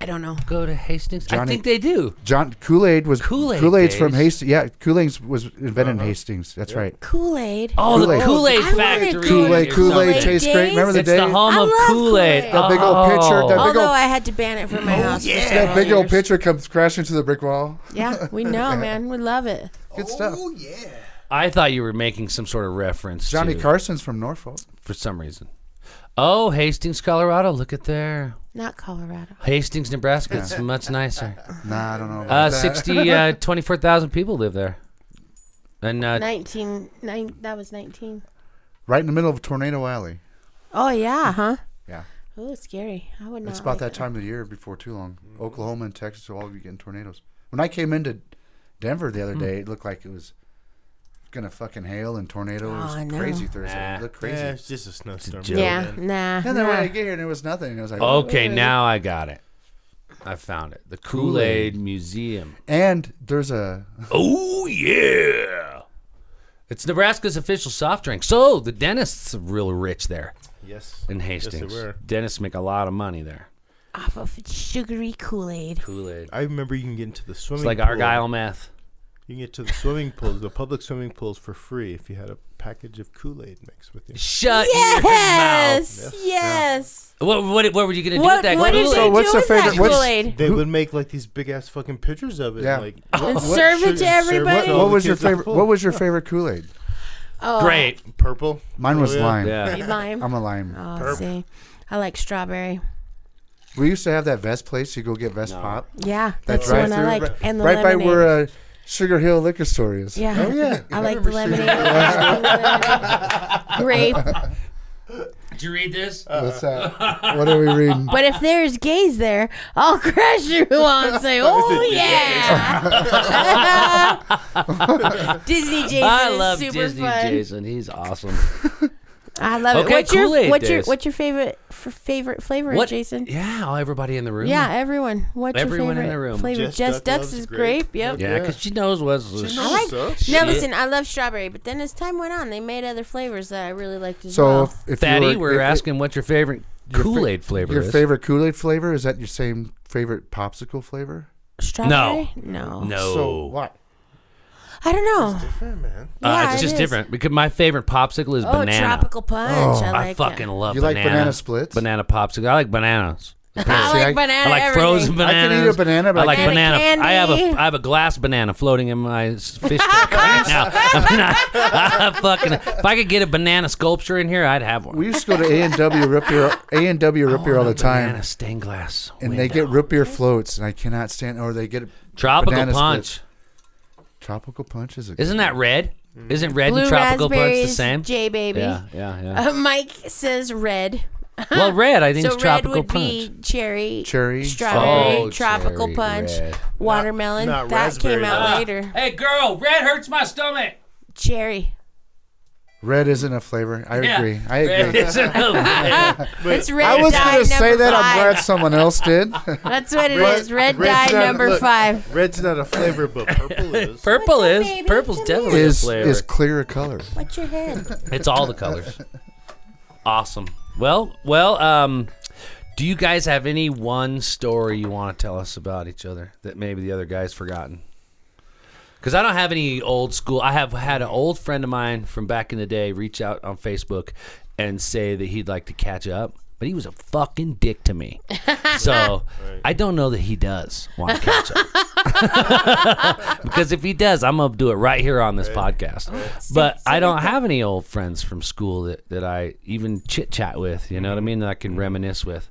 I don't know.
go to Hastings. I
Johnny-
think they do.
John Kool Aid was
Kool-Aid
Kool Aid's from
days.
Hastings. Yeah, Kool Aid was invented in Hastings. That's right.
Kool Aid.
Oh,
Kool-Aid.
the Kool Aid
I wanna
factory.
go to
Kool Aid,
Kool-Aid
Kool Aid
Kool-Aid
tastes great.
days?
Remember the
It's the
day?
home
I
of Oh.
love
Kool Aid.
Kool-Aid.
That big old Oh, picture, that big
Although
ol-
I had to ban it from my house. for
yeah.
several
That big old
years.
picture comes crashing to the brick wall.
Yeah, we know, man. We love it.
Good stuff.
I thought you were making some sort of reference
Johnny
to,
Carson's from Norfolk.
for some reason. Oh, Hastings, Colorado. Look at there.
Not Colorado.
Hastings, Nebraska. It's much nicer.
Nah, I don't know. About
Uh,
that.
60, uh, 24,000 people live there. And uh,
Nineteen. Nine, that was nineteen.
Right in the middle of Tornado Alley.
Oh yeah, huh?
Yeah.
Ooh, scary. I would not.
It's about
like
that time of the year before too long. Oklahoma and Texas will all be getting tornadoes. When I came into Denver the other day, it looked like it was gonna fucking hail and tornado.
Oh, I
it was
know.
crazy Thursday. It
Nah.
looked crazy.
Yeah, it's just a snowstorm.
joke.
Yeah, nah.
And then when
nah.
I get here and there was nothing, and I was like,
okay,
"What?"
now I got it. I found it. The Kool Aid Museum.
And there's a
Oh, yeah. It's Nebraska's official soft drink. So the dentists are real rich there
Yes.
in
Yes,
Hastings.
they were.
dentists make a lot of money there.
Off of sugary Kool Aid.
Kool Aid.
I remember you can get into the swimming.
It's like
pool.
Argyle meth.
You can get to the swimming pools, the public swimming pools, for free if you had a package of Kool Aid mixed with you.
Shut
Yes, yes.
your mouth. What, what, what were you going to do with
What,
that
what did
Kool-Aid?
So
they
what's
do
the
with that
favorite- what's-
Kool Aid?
They would make like these big ass fucking pictures of it.
Yeah.
Like,
And serve it to everybody?
what was your favorite? What was your favorite Kool Aid?
Oh,
Great.
purple?
Mine was
Oh, yeah.
lime.
Yeah.
Lime.
I'm a lime.
Oh, see, I like strawberry.
We used to have that Vest place. You go get Vest Pop.
Yeah,
That
that's the one I
drive-thru
like.
right,
and the
right by
lemonade.
where uh, Sugar Hill Liquor Store is.
yeah.
Oh yeah.
I like the lemonade. Grape.
Did you read this?
What's that? What are we reading?
But if there's gays there, I'll crush you and say, "Oh yeah." Disney Jason
I love
is super
Disney
fun.
Jason. He's awesome.
I love
Okay,
it. What's
Kool-Aid
your what's your
days.
what's your favorite f- favorite flavor,
What-
Jason?
Yeah, all everybody in the room.
Yeah, everyone. What's
Everyone
your
in
favorite
the room.
flavor?
Just
Just,
Duck
Ducks
loves
is
grape.
grape. Yep.
Yeah, because she knows what's.
I like.
Sucks.
Now
Shit.
listen, I love strawberry, but then as time went on, they made other flavors that I really liked as
So
well.
if, if
Fatty,
you were, if-
we're asking what your favorite
your fa-
Kool Aid flavor
Your
is.
favorite Kool Aid flavor is that your same favorite popsicle flavor?
Strawberry? No.
No.
So what?
I don't know.
Different, man.
Uh,
Yeah,
it's
it
just
is.
different because my favorite popsicle is
Oh,
banana.
tropical punch.
Oh,
I like
I fucking
it.
love
You like
banana.
banana splits?
Banana popsicle. I like bananas.
I
See,
like
I-
banana.
I like
everything.
frozen
I can
bananas.
eat a banana, but
I
I
like
can't-
banana.
Banana
I have
candy.
a I have a glass banana floating in my s- fish tank right now. I mean, I, I fucking if I could get a banana sculpture in here, I'd have one.
We used to go to A and W root beer, A and W root beer all the time,
Oh, Banana stained glass.
and they get
window.
root beer floats, and I cannot stand. Or they get
tropical
banana
punch.
split. tropical punches.
Isn't that red? Isn't red
Blue
and tropical punch the
raspberries,
same?
J baby.
yeah, yeah, yeah.
Uh, Mike says red.
well, red I think
So
is
red
tropical
would
punch.
be cherry,
Cherry.
strawberry,
Oh,
tropical
cherry
punch,
red.
watermelon.
Not- not
that came out
raspberry, though.
later.
Hey, girl, red hurts my stomach.
Cherry.
red? Isn't a flavor. I agree. I
Red
agree.
isn't a red.
It's red
I was
dye
going to say
number
that. I'm
five.
glad someone else did.
That's what it is.
Red-
Red,
red's
dye
not-
number
look.
five.
Red's not a flavor, but purple is.
Purple
What's up,
is.
baby?
Purple's
Come
definitely a
is
flavor.
is clear a color?
What's your head?
It's all the colors. awesome. Well, well, um, do you guys have any one story you want to tell us about each other that maybe the other guy's forgotten? Because I don't have any old school. I have had an old friend of mine from back in the day reach out on Facebook and say that he'd like to catch up, but he was a fucking dick to me. so I don't know that he does want to catch up. because if he does, I'm gonna do it right here on this podcast. But I don't have any old friends from school that, that I even chit chat with. You know what I mean? That I can reminisce with.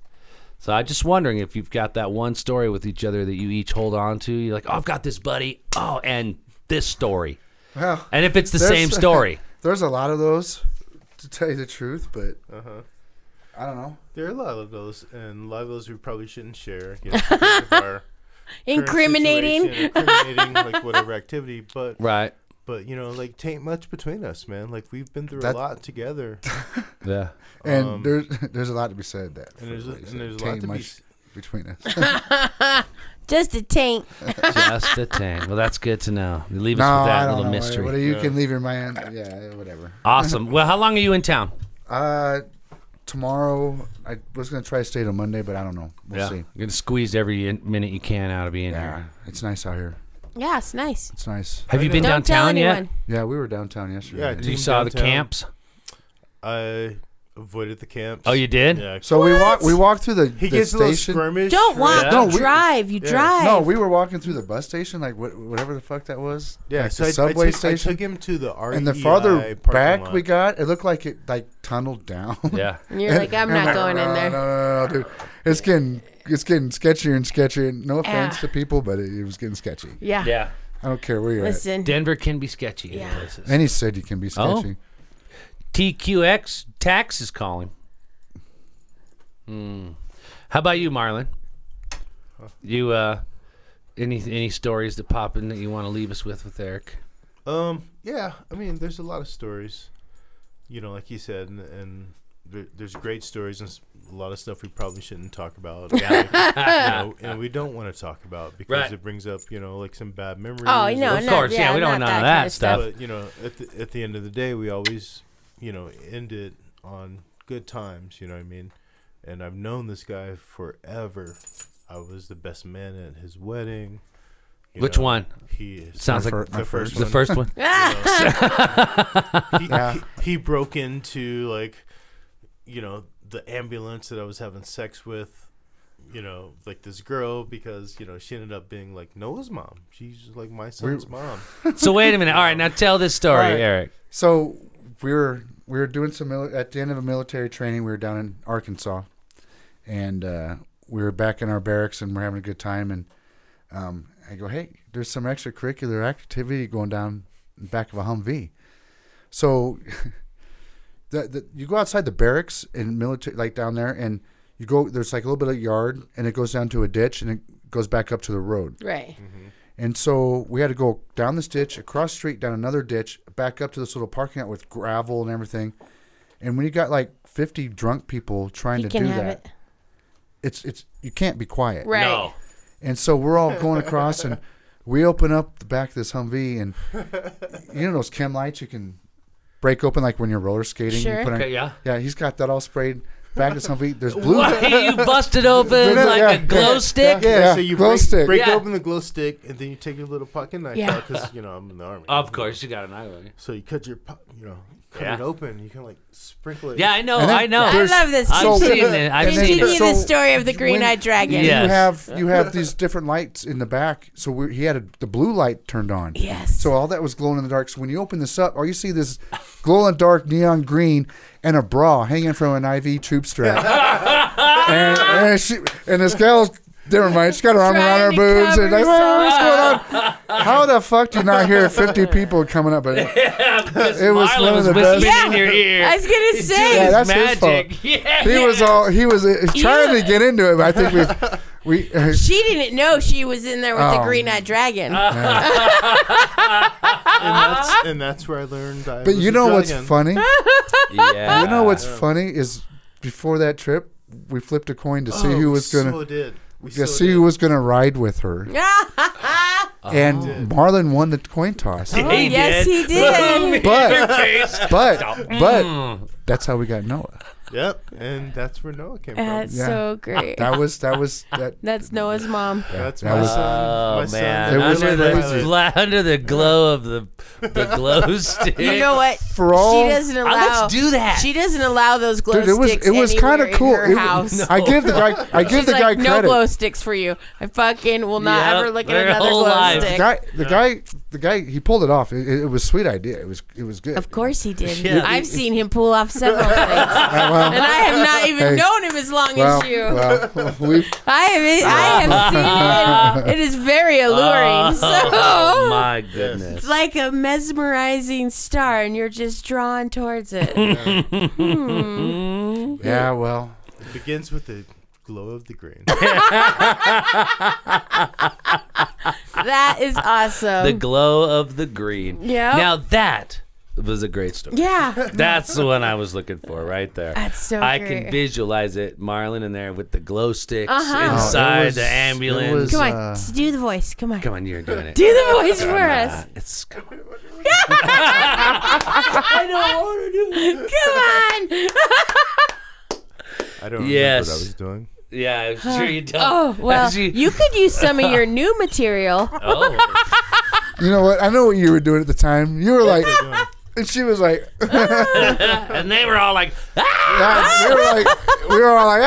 So I'm just wondering if you've got that one story with each other that you each hold on to. You're like, oh, I've got this buddy. Oh, and this story.
Well,
And if it's the
There's-
same story,
Uh-huh.
there's a lot of those, to tell you the truth. But I don't know.
There are a lot of those, and a lot of those we probably shouldn't share. You know, because of our current situation,
Incriminating.
incriminating, like whatever activity. But
Right.
but you know, like tain't much between us, man. Like we've been through
That-
a lot together,
Yeah.
And
Um,
there's there's a lot to be said that.
and there's a, and there's a lot
Tain't
to be.
much
s-
between us.
Just a taint.
Just a tang. Well, that's good to know. You leave us
no,
with
I
that
don't
little
know.
mystery.
What, you
Yeah.
can leave your mind. Yeah, whatever.
awesome. Well, how long are you in town?
Uh, tomorrow I was gonna try to stay till Monday, but I don't know. We'll see.
You're gonna squeeze every in- minute you can out of being
Yeah,
here.
it's nice out here.
Yeah, it's nice.
It's nice.
Have you
I
been
know.
Don't tell
downtown yet?
anyone.
Yeah, we were downtown yesterday.
Yeah,
You
Team
saw the
downtown.
camps?
I avoided the camps.
Oh, you did?
Yeah.
So we walked. We walked through the,
he
the
gets a little
station.
skirmish.
Don't walk.
Yeah.
No, we-
drive. You
Yeah.
drive.
No, we were walking through the bus station, like wh- whatever the fuck that was.
Yeah,
like
so
the
I, I
subway
took,
station.
I took him to the REI
and the farther
parking
back
lot.
we got, it looked like it like tunneled down.
Yeah.
and you're like, I'm
And
not going
no,
in
No,
there.
no, no, no, dude. It's getting it's getting sketchier and sketchier. No offense
Ah.
to people, but it, it was getting sketchy.
Yeah.
Yeah.
I don't care where you're at.
Listen.
Denver can be sketchy in
Yeah.
places.
Any city can be
Oh.
sketchy.
TQX Tax is calling. Hmm. How about you, Marlon? You uh, any any stories that pop in that you want to leave us with with Eric?
Um, yeah, I mean, there's a lot of stories, you know, like you said, and, and there, there's great stories and s- a lot of stuff we probably shouldn't talk about, yeah, you know, and we don't want to talk about because
Right.
it brings up, you know, like some bad memories.
Oh, no,
Of
not,
course, yeah,
yeah,
we don't
not
know
that,
that
kind of
stuff.
stuff.
but you know, at the, at the end of the day, we always, you know, end it on good times. You know what I mean? And I've known this guy forever. I was the best man at his wedding. you
Which
know,
one?
He is
Sounds
My
like
fir- my
the first
the
one.
first one.
he,
Yeah.
he, he broke into like you know the ambulance that i was having sex with you know like this girl because you know she ended up being like noah's mom she's like my son's mom
so wait a minute. All right, now tell this story,
All right.
Eric.
So we were we were doing some mili- at the end of a military training. We were down in Arkansas, and uh, we were back in our barracks and we're having a good time. And um, I go, hey, there's some extracurricular activity going down in the back of a Humvee. So the, the, you go outside the barracks in military, like down there, and you go. There's like a little bit of yard, and it goes down to a ditch, and it goes back up to the road.
Right.
And so we had to go down this ditch, across the street, down another ditch, back up to this little parking lot with gravel and everything. And when you got like 50 drunk people trying to
You can
do
have
that,
it.
it's it's you can't be quiet.
Right.
No.
And so we're all going across and we open up the back of this Humvee and you know those chem lights you can break open like when you're roller skating. you
Sure.
put on-
Okay, yeah.
Yeah, he's got that all sprayed back of this Humvee. There's blue.
What? you busted open
Yeah,
like
yeah,
a glow
yeah,
stick?
yeah.
so you
glow
break,
stick.
break
Yeah.
open the glow stick and then you take your little pocket knife
Yeah.
out because you know i'm in the army
Of course, you got an eye on you.
so you cut your po- you know cut
Yeah.
it open you can like sprinkle it
Yeah, I know,
And then
I know.
I
there's-
love this.
I've
So-
seen it. I've
and
seen
then
Continue
it.
so-
the story of the green-eyed dragon.
Yeah.
You
Yes.
have you have these different lights in the back. So we, he had a, the blue light turned on.
Yes.
So all that was glowing in the dark. So when you open this up, all you see this glow in the dark neon green and a bra hanging from an IV tube strap. and, and she and this gal's never mind. She's got her arm around
Trying
her
to
boobs and
cover
like, "Ah, what's going on? How the fuck do you not hear fifty people coming up? But it was
Marlon
one of
was
the best.
whispering
best.
in your ear.
I was gonna say.
Yeah, that's his
magic.
fault.
Yeah.
He was all he was uh, trying to get into it, but I think we we.
She didn't know she was in there with the
Oh.
green-eyed dragon.
Ah.
and that's and that's where i learned I
But
was
you
a Ah!
know what's
dragon.
funny?
yeah.
You know what's funny is before that trip, we flipped a coin to see
Oh,
who
we
was gonna
so did we
yeah,
so
see
did.
who was gonna ride with her.
Ah.
And Marlon won the coin toss.
He
Oh, yes,
did.
he did.
But but but
Mm.
that's how we got Noah.
yep and that's where noah came from
That's
Yeah.
so great.
That was that was that
That's Noah's mom.
That's
That
my
was-
son.
Oh
my
man!
It
Son.
was
under the
crazy.
gla- under the glow of the the glow stick.
You know what?
for all
she doesn't
Uh,
allow.
let's do that.
She doesn't allow those glow
dude, it was
sticks.
it was
kind
kinda
of
cool. It
Her
wa-
house.
I give the guy I give
She's
the guy
like, no
credit.
glow sticks for you. I fucking will not
Yep,
ever look at
their
another
whole
glow
lives.
the
stick.
guy the guy the guy he pulled it off. It, it was a sweet idea. It was it was good.
Of course he did.
Yeah.
I've seen him pull off several things, and
Uh, well,
I have not even
Hey.
known him as long
well,
as you.
well, we
I have, I have seen it. It is very
Oh
alluring. so
my goodness!
it's like a mesmerizing star, and you're just drawn towards it.
Yeah, well,
It begins with the glow of the green.
That is awesome.
The glow of the green.
Yeah.
Now that was a great story.
yeah.
That's the one I was looking for right there.
That's so
I
great.
can visualize it, Marlon in there with the glow sticks
Uh-huh. Oh, it
inside
was-
the
it
ambulance.
was-
Come on.
Uh,
do the voice. Come on.
Come on, you're doing it.
Do the voice
Come
for
on.
us.
It's come on.
Come on.
I don't
Yes.
remember what I was doing.
Yeah, I'm sure you don't.
Oh, well,
She-
you could use some of your new material.
Oh.
you know what? I know what you were doing at the time. You were like,
doing?
and she was like,
and they were all like, ah!
Yeah, we were like, we were all like,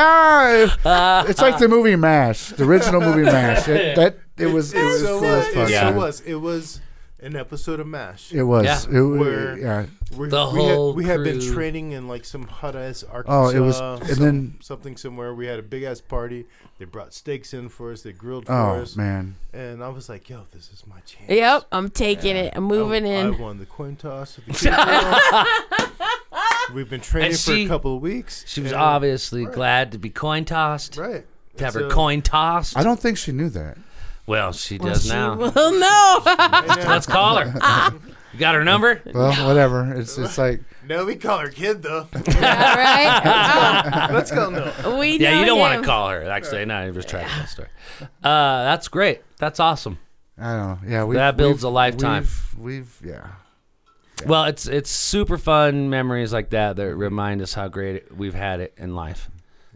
ah, it's like the movie Mash, the original movie Mash. It, that it was, it was
so
cool as
was.
fuck.
It
Yeah.
so
man.
was. It was an episode of MASH.
It was.
Yeah.
It was.
Where-
yeah.
We're-
The
we
whole
had, we had been
crew.
training in like some hot ass Arkansas.
Oh, it was, and
some-
then
something somewhere. We had a big ass party. They brought steaks in for us. They grilled for
oh
us.
man,
And I was like, yo, this is my chance.
Yep, I'm taking it. I'm
I-
moving
I
in.
won the coin toss. with the kids. We've been training
And
for
she-
a couple of weeks.
She was
and-
obviously
right.
glad to be coin tossed.
right
To have
And
her
so-
coin tossed.
I don't think she knew that.
Well, she does now.
Well, Ah. no.
Let's call her. you got her number?
Well, whatever. It's it's like
No, we call her kid though.
All right.
Let's go. No.
Oh, we
Yeah,
know
you don't want
him.
to call her. Actually, no, I just tried to tell a story. Uh, that's great. That's awesome.
I don't know. Yeah, we
That builds a lifetime.
We've, we've yeah.
Well, it's it's super fun memories like that that remind us how great it, we've had it in life.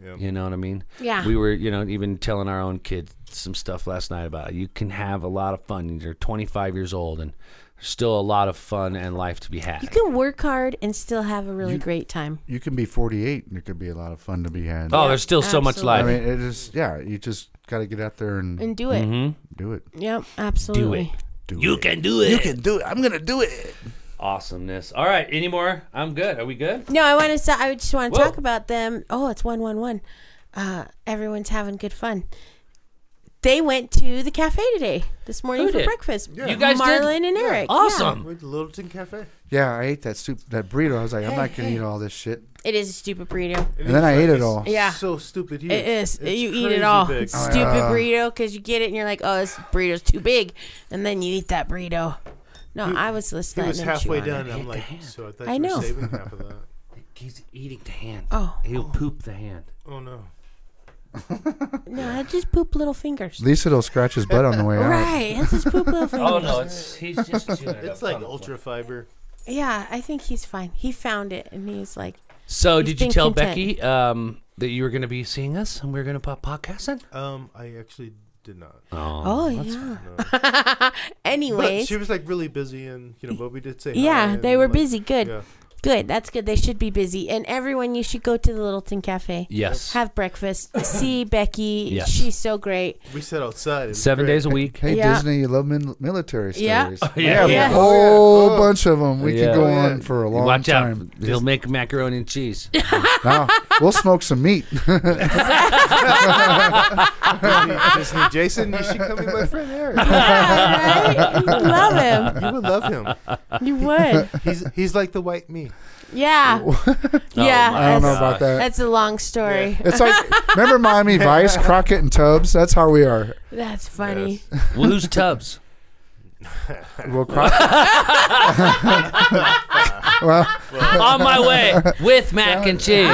Yeah.
You know what I mean?
Yeah.
We were, you know, even telling our own kids some stuff last night about you can have a lot of fun. You're 25 years old and there's still a lot of fun and life to be had.
You can work hard and still have a really great time.
You can be 48, and it could be a lot of fun to be had.
oh, there's still so much
absolutely.
I
life.
mean, it is. Yeah, you just gotta get out there and,
And do it.
Mm-hmm.
do it.
Yep, absolutely.
Do
you
it.
can do it. You
do it. I'm gonna do it.
Awesomeness. All right. Any more? I'm good. Are we good?
No, I want to. I just want to
Whoa.
talk about them. Oh, it's one one one. Uh, everyone's having good fun. They went to the cafe today this morning
Who
for
did?
breakfast.
You guys did?
Marlon and Eric. Yeah.
Awesome.
We're at the Littleton Cafe.
Yeah, I ate that soup, that burrito. I was like, I'm not gonna eat all this shit.
It is a stupid burrito.
And then I ate it all.
Yeah.
So stupid. Huge.
It is.
It's
you eat
crazy
it all.
big. Oh,
It's stupid burrito because you get it and you're like, oh, this burrito's too big, and then you eat that burrito. No, I was
He
listening.
was halfway done. and I'm like, so I thought
I
you
know.
were saving half of that.
He's eating the hand.
Oh.
He'll poop the hand.
Oh no.
no, I just poop little fingers.
At least it'll scratch his butt on the way out.
Right, I just poop little fingers.
Oh no, it's he's just chewing it
It's
up.
like ultra fiber.
Yeah, I think he's fine. He found it and he's like,
So
He's
did you
been
tell
content.
Becky um, that you were going to be seeing us and we are going to pop podcasting?
Um, I actually did not.
oh
No.
yeah.
But
Anyways,
she was like really busy, and you know, but we did say. hi
yeah, they
and,
were
like,
busy. Good,
Yeah.
good. That's good. They should be busy. And everyone, you should go to the Littleton Cafe.
Yes.
Have breakfast. See Becky.
Yes.
She's so great.
We sat outside. It was
Seven
great.
days a week.
Hey
Yeah.
Disney, you love min- military stories.
Yeah.
We
Oh, yeah.
have
Yeah.
a whole
Oh, yeah.
bunch of them. We
Yeah.
could go
Oh, yeah.
on for a long
Watch
time. Oh
out. He'll make macaroni and cheese.
Now, we'll smoke some meat.
Disney Jason, you should come be my friend Eric.
Yeah, right? You love him.
You would love him.
You would.
He's he's like the white me.
Yeah. yeah.
I don't know
that's-
about that.
That's a long story.
It's like remember Miami Vice, Crockett and Tubbs. That's how we are.
That's funny.
well, who's Tubbs?
Well, Crockett. well,
On my way with mac and cheese.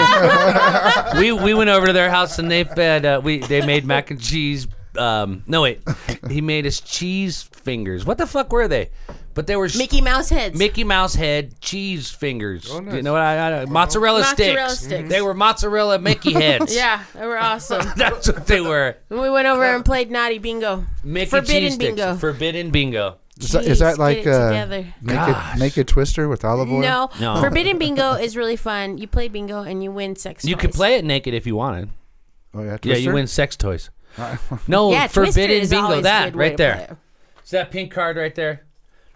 we we went over to their house and they fed uh, we they made mac and cheese. Um, no wait, he made us cheese fingers. What the fuck were they? But they were sh-
Mickey Mouse heads.
Mickey Mouse head cheese fingers.
Oh, nice.
You know what? I, I, mozzarella,
Mozzarella
sticks. Mm-hmm.
sticks.
They were mozzarella Mickey heads.
Yeah, they were awesome.
that's what they were.
And we went over and played Naughty Bingo.
Mickey
Forbidden
cheese sticks.
bingo.
Forbidden bingo.
is that, is
Jeez,
that like
get it
uh,
together.
naked,
Gosh.
naked twister with olive oil?
No,
No.
Forbidden Bingo is really fun. You play bingo and you win sex.
You
toys.
could play it naked if you wanted.
Oh, yeah,
Yeah, you
Twister?
win sex toys. No,
Yeah, Twister
forbidden
is always
bingo.
a
That
good way
right
to
there.
play it.
It's that pink card right there.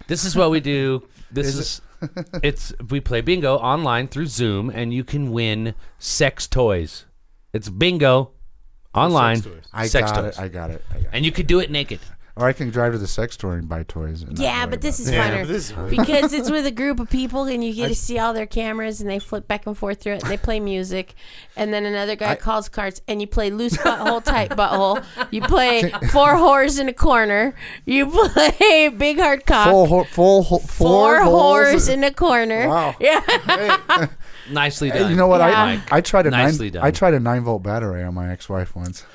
This is what we do. This is, it's we play bingo online through Zoom, and you can win sex toys. It's bingo online.
toys.
I
sex
got
toys.
it. I got it. I got it.
and you could do it naked.
Or I can drive to the sex store and buy toys. and not
Yeah,
worry
but this
about
is
it.
Yeah,
funner
this is way-
because it's with a group of people and you get
I-
to see all their cameras and they flip back and forth through it and they play music and then another guy
I-
calls cards and you play loose butthole tight butthole you play four whores in a corner you play big hard cock
full, ho- full, ho-
Uh, four,
four holes.
whores in a corner
Wow.
yeah
Nicely
Hey,
done.
you know what?
Yeah.
I I tried a
Nicely
nine,
done.
I tried a nine volt battery on my ex wife once.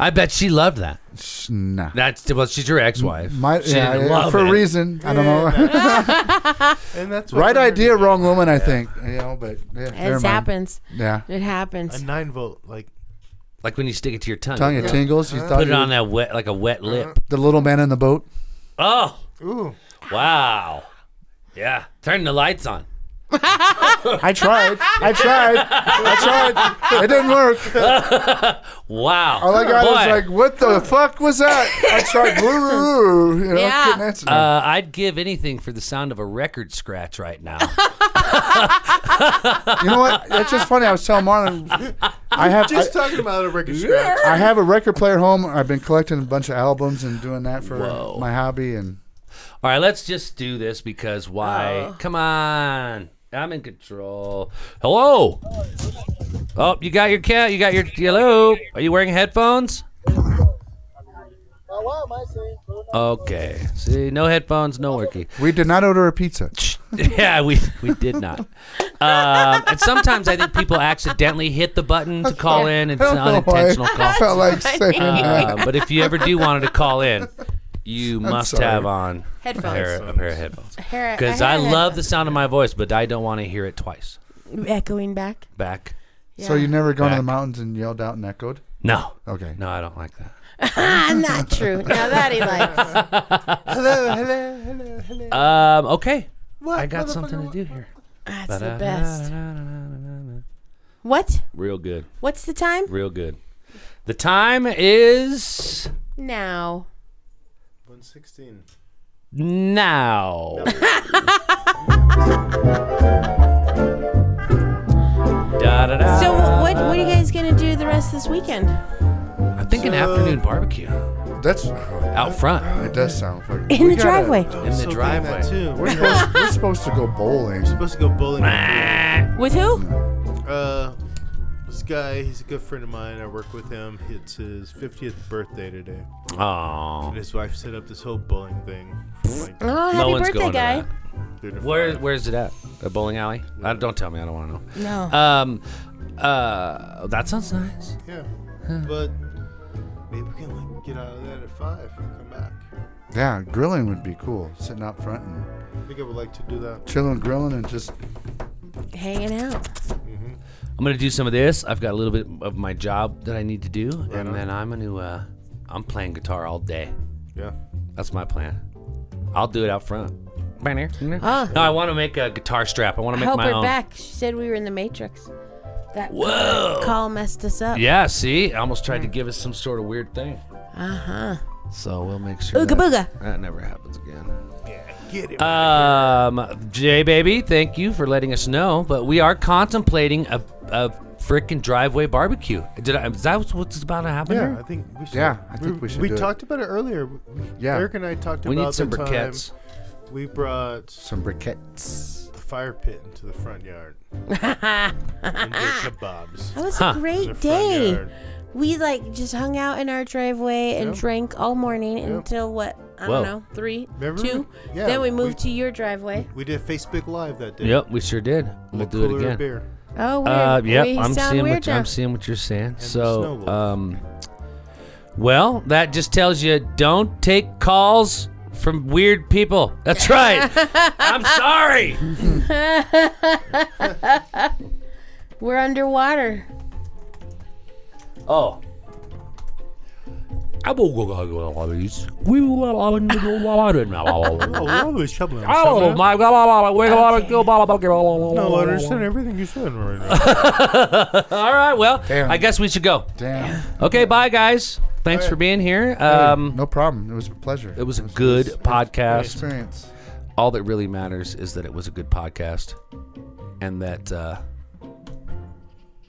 I bet she loved that.
Sh- nah.
That's well, she's your ex-wife.
My,
she
yeah,
didn't
yeah,
love
for
it.
a reason. I don't know.
and that's what
right
we're here
idea,
to do.
wrong woman. I think. You know, but yeah, never
it
mind.
happens
Yeah,
it
A
happens
nine volt, like
Like when you stick it to your tongue,
tongue it tingles. You thought
put it
you-
on that wet, like a wet lip.
the little man in the boat. Uh-huh.
Oh,
ooh,
wow. Yeah, turn the lights on.
I tried. I tried. I tried. It didn't work.
Wow.
All I got
Boy,
was like, "What the fuck was that?" I tried. Woo, you know,
Yeah.
couldn't answer.
uh, I'd give anything for the sound of a record scratch right now.
you know what? That's just funny. I was telling Marlon, I have I,
just talking about a record scratch.
I have a record player at home. I've been collecting a bunch of albums and doing that for
Whoa.
my hobby. And
All right, let's just do this because why? Come on. I'm in control. Hello. Oh, you got your cat. You got your. Hello. Are you wearing headphones? Okay. See, no headphones, no worky.
we did not order a pizza.
yeah, we we did not. Um, and sometimes I think people accidentally hit the button to call in. It's
I
an
don't know why
unintentional
I
call.
felt like saying that.
Uh, but if you ever do wanted to call in, you must
sorry.
have on a
Headphones.
pair, a pair of headphones.
Hair-
Because
hair
I
that-
love the sound of my voice, but I don't want to hear it twice.
echoing back
Back?
So you never gone to the
Back.
mountains and yelled out and echoed?
No.
Okay.
No, I don't like that.
ah not true now that he likes
hello, hello, hello, hello.
Um, okay.
What,
I got
motherfucker,
something to
what-
do here.
that's the best what
Real good.
what's the time
Real good. The time is
now
One sixteen.
now. da, da, da.
so what what are you guys gonna do the rest of this weekend
I think an afternoon barbecue
That's oh,
out front
it. Does sound fucking.
in
We gotta-
the driveway
in the driveway.
too. We're
We're supposed, we're supposed to go bowling.
supposed to go bowling.
with who
Uh, this guy, he's a good friend of mine. I work with him. It's his 50th birthday today,
Oh,
and his wife set up this whole bowling thing. Like,
oh happy
no one's
birthday
going
guy
to that.
three to
Where
five.
where's it at? A bowling alley? Uh, don't tell me. I don't want to
No.
know. Um, uh, that sounds nice.
Yeah, but maybe we can like get out of that at five and come back.
Yeah, grilling would be cool. Sitting out front and
I think I would like to do that.
chilling, grilling, and just
Hanging out.
I'm gonna do some of this. I've got a little bit of my job that I need to do, and
on.
then I'm gonna uh, I'm playing guitar all day.
Yeah.
That's my plan. I'll do it out front.
Ah.
No, I want to make a guitar strap. I want to make
Hope
my
we're
own.
back. She said we were in the Matrix. That
Whoa.
call messed us up.
Yeah, see, I almost tried to give us some sort of weird thing.
Uh huh.
So we'll make sure
Ooga
that,
booga.
that never happens again.
Get
Uh,
it.
Um, Jay baby, thank you for letting us know. But we are contemplating a a frickin' driveway barbecue. Did I? Is that what's about to happen?
yeah, I
here?
think we should.
Yeah, I think we should
We
do it.
talked about it earlier. We-
Yeah.
Eric and I talked
We
about
need some
the time
briquettes.
we brought
some briquettes.
the fire pit into the front yard and did kebabs.
That was
Huh.
a
The
great
front
day.
yard.
We like just hung out in our driveway and
Yeah.
drank all morning until what? I don't
Whoa.
know, three,
Remember?
two.
Yeah,
then we
we-
moved to your driveway.
We did Facebook Live that day.
Yep, we sure did. We'll
With
do it
cooler
again.
Beer.
Oh, weird.
Uh, yep,
we
I'm
sound
seeing
weird
what
now.
I'm seeing what you're saying.
the snow
so,
wolf.
um, well, that just tells you don't take calls from weird people. That's right. I'm sorry.
We're underwater.
Oh. I will go We will
Oh, I was shoveling.
Oh my god, wake up, go, blah, blah, blah, blah, blah, blah,
No,
blah,
I
blah.
understand everything you're saying right now.
All right, well,
Damn.
I guess we should go.
Damn.
Okay, bye guys. Thanks for being here. Um,
no problem. It was a pleasure.
it was a good podcast.
experience.
All that really matters is that it was a good podcast, and that uh,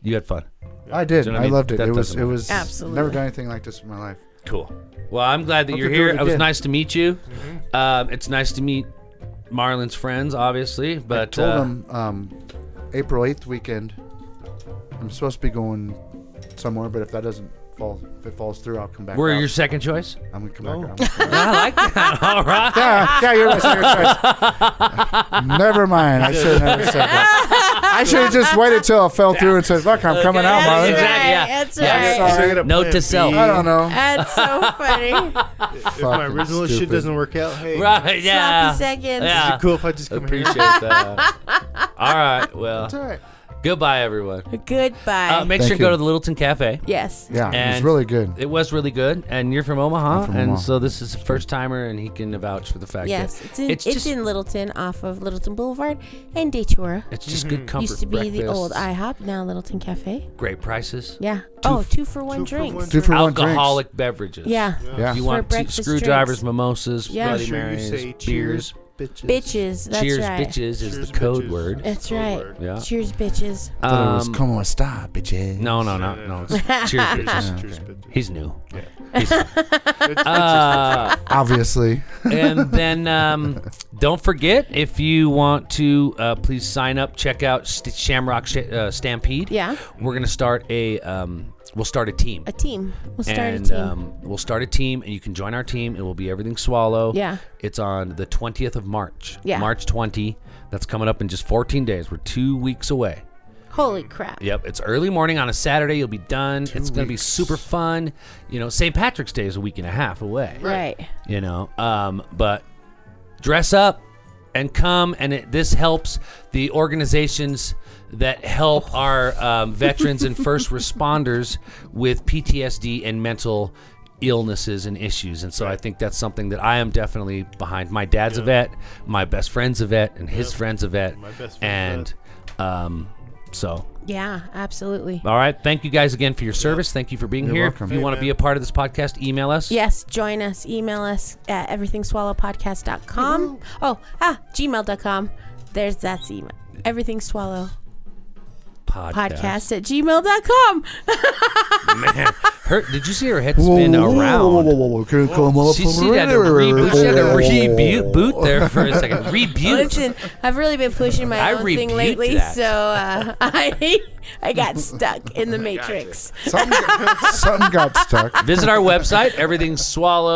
you had fun.
I did.
Do you
I
know what I mean?
loved it.
That
It was.
doesn't
It
matter.
was.
Absolutely.
Never done anything like this in my life.
Cool. Well, I'm glad that
Hope
you're
you're doing
here. It was
good. Mm-hmm.
nice to meet you. Um, it's nice to meet Marlon's friends, obviously, but
I told
uh,
him um, April eighth weekend. I'm supposed to be going somewhere, but if that doesn't fall, if it falls through, I'll come back.
we're
out.
your Oh. second choice.
I'm gonna come back. out. I'm gonna-
I like that. All right.
yeah, yeah, you're my second choice. never mind. I should have never said that. I should have just waited till it fell through and said, "Fuck, I'm coming out,
That's
Marlon."
Oh, Exactly,
right.
yeah.
That's
Yeah.
right.
Sorry.
Note to self.
I don't know.
That's so funny.
If my
Fucking
original shit
stupid.
doesn't work out, hey,
Right.
Sloppy
Yeah.
seconds.
is
Yeah.
it cool if I just come
Appreciate
here?
that. All right. Well,
All right.
goodbye, everyone.
Goodbye.
Uh, make
Thank
sure to go
you.
to the Littleton Cafe.
yes.
Yeah, it's
And-
really good.
It was really good, and you're from Omaha,
I'm from
and
Omaha.
so this is a first timer, and he can vouch for the fact
Yes.
that
It's in,
it's
it's,
just-
in Littleton off of Littleton Boulevard and Detour.
it's just
Mm-hmm.
good comfort
Used to be the old
breakfasts,
IHOP, now Littleton Cafe.
great prices,
Yeah. Oh, two for one
two for
drinks.
one
Two for one drinks.
alcoholic beverages.
Yeah.
Yeah.
You want two
breakfast
screwdrivers,
drinks.
mimosas,
Yeah.
Bloody
Make sure you
Marys,
say
beers.
cheers, bitches.
Bitches. That's
cheers,
right.
bitches is
Cheers,
the code
bitches.
word.
That's
Code
right.
word.
Yeah.
Cheers, bitches.
Thought it was
Um,
como esta, bitches.
no, no, no, no. it's cheers, bitches.
Cheers, bitches.
He's new.
Yeah.
He's-
It's-
uh,
Obviously.
and then um, don't forget if you want to uh, please sign up check out St- shamrock Sh- uh, stampede
Yeah.
we're gonna start a um, we'll start a team
A team. We'll start
and
a team.
Um, we'll start a team and you can join our team it will be everything swallow
Yeah.
it's on the 20th of march
Yeah.
march 20 that's coming up in just 14 days we're two weeks away
Holy crap.
Yep, it's early morning on a Saturday. You'll be done. it's going to be super fun. You know, St. Patrick's Day is a week and a half away
Right.
you know um, but dress up and come and it, this helps the organizations that help our um, veterans and first responders with ptsd and mental illnesses and issues and so i think that's something that i am definitely behind my dad's a vet my best friend's a vet and his friend's a vet
My best
and
friend's
um, so
Yeah, absolutely.
all right thank you guys again for your service thank you for being here
welcome.
if you
Hey,
want to be a part of this podcast email us
Yes, join us. Email us at everythingswallowpodcast.com. Oh, ah, gmail.com. There's that's email. Everything Swallow podcast at gmail.com.
Man, her, did you see her head spin around?
whoa. Can it come up
She, she had to reboot, she had to reboot boot there for a second. Reboot.
Listen, I've really been pushing my
I
own thing
rebuke
lately,
that.
so uh, I I got stuck in the matrix.
Something, got- something got stuck.
Visit our website,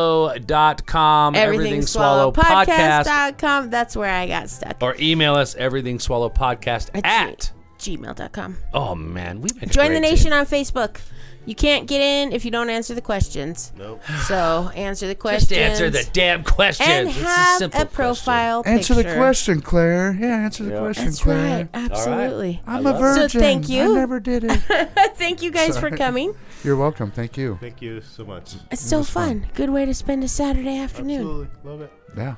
everythingswallow.com,
Everything Swallow podcast.com. That's where I got stuck.
or email us, everythingswallowpodcast at.
gmail.com.
Oh, man. We've been a
Join
great
the nation
team.
on Facebook. You can't get in if you don't answer the questions.
nope.
So answer the questions.
Just answer the damn questions.
and
It's a
have
simple
a profile
Answer the
picture.
question, Claire. Yeah, answer the question,
That's
Claire.
right. Absolutely.
I'm a
it. So
virgin.
thank you.
I never did it.
Thank you guys for coming.
You're welcome. Thank you.
Thank you so much.
It's so fun. Good way to spend a Saturday afternoon.
Absolutely. Love it.
Yeah.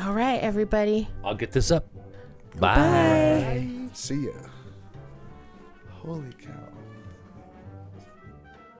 All right, everybody.
question. I'll get this up. Bye.
Bye.
See ya. Holy cow.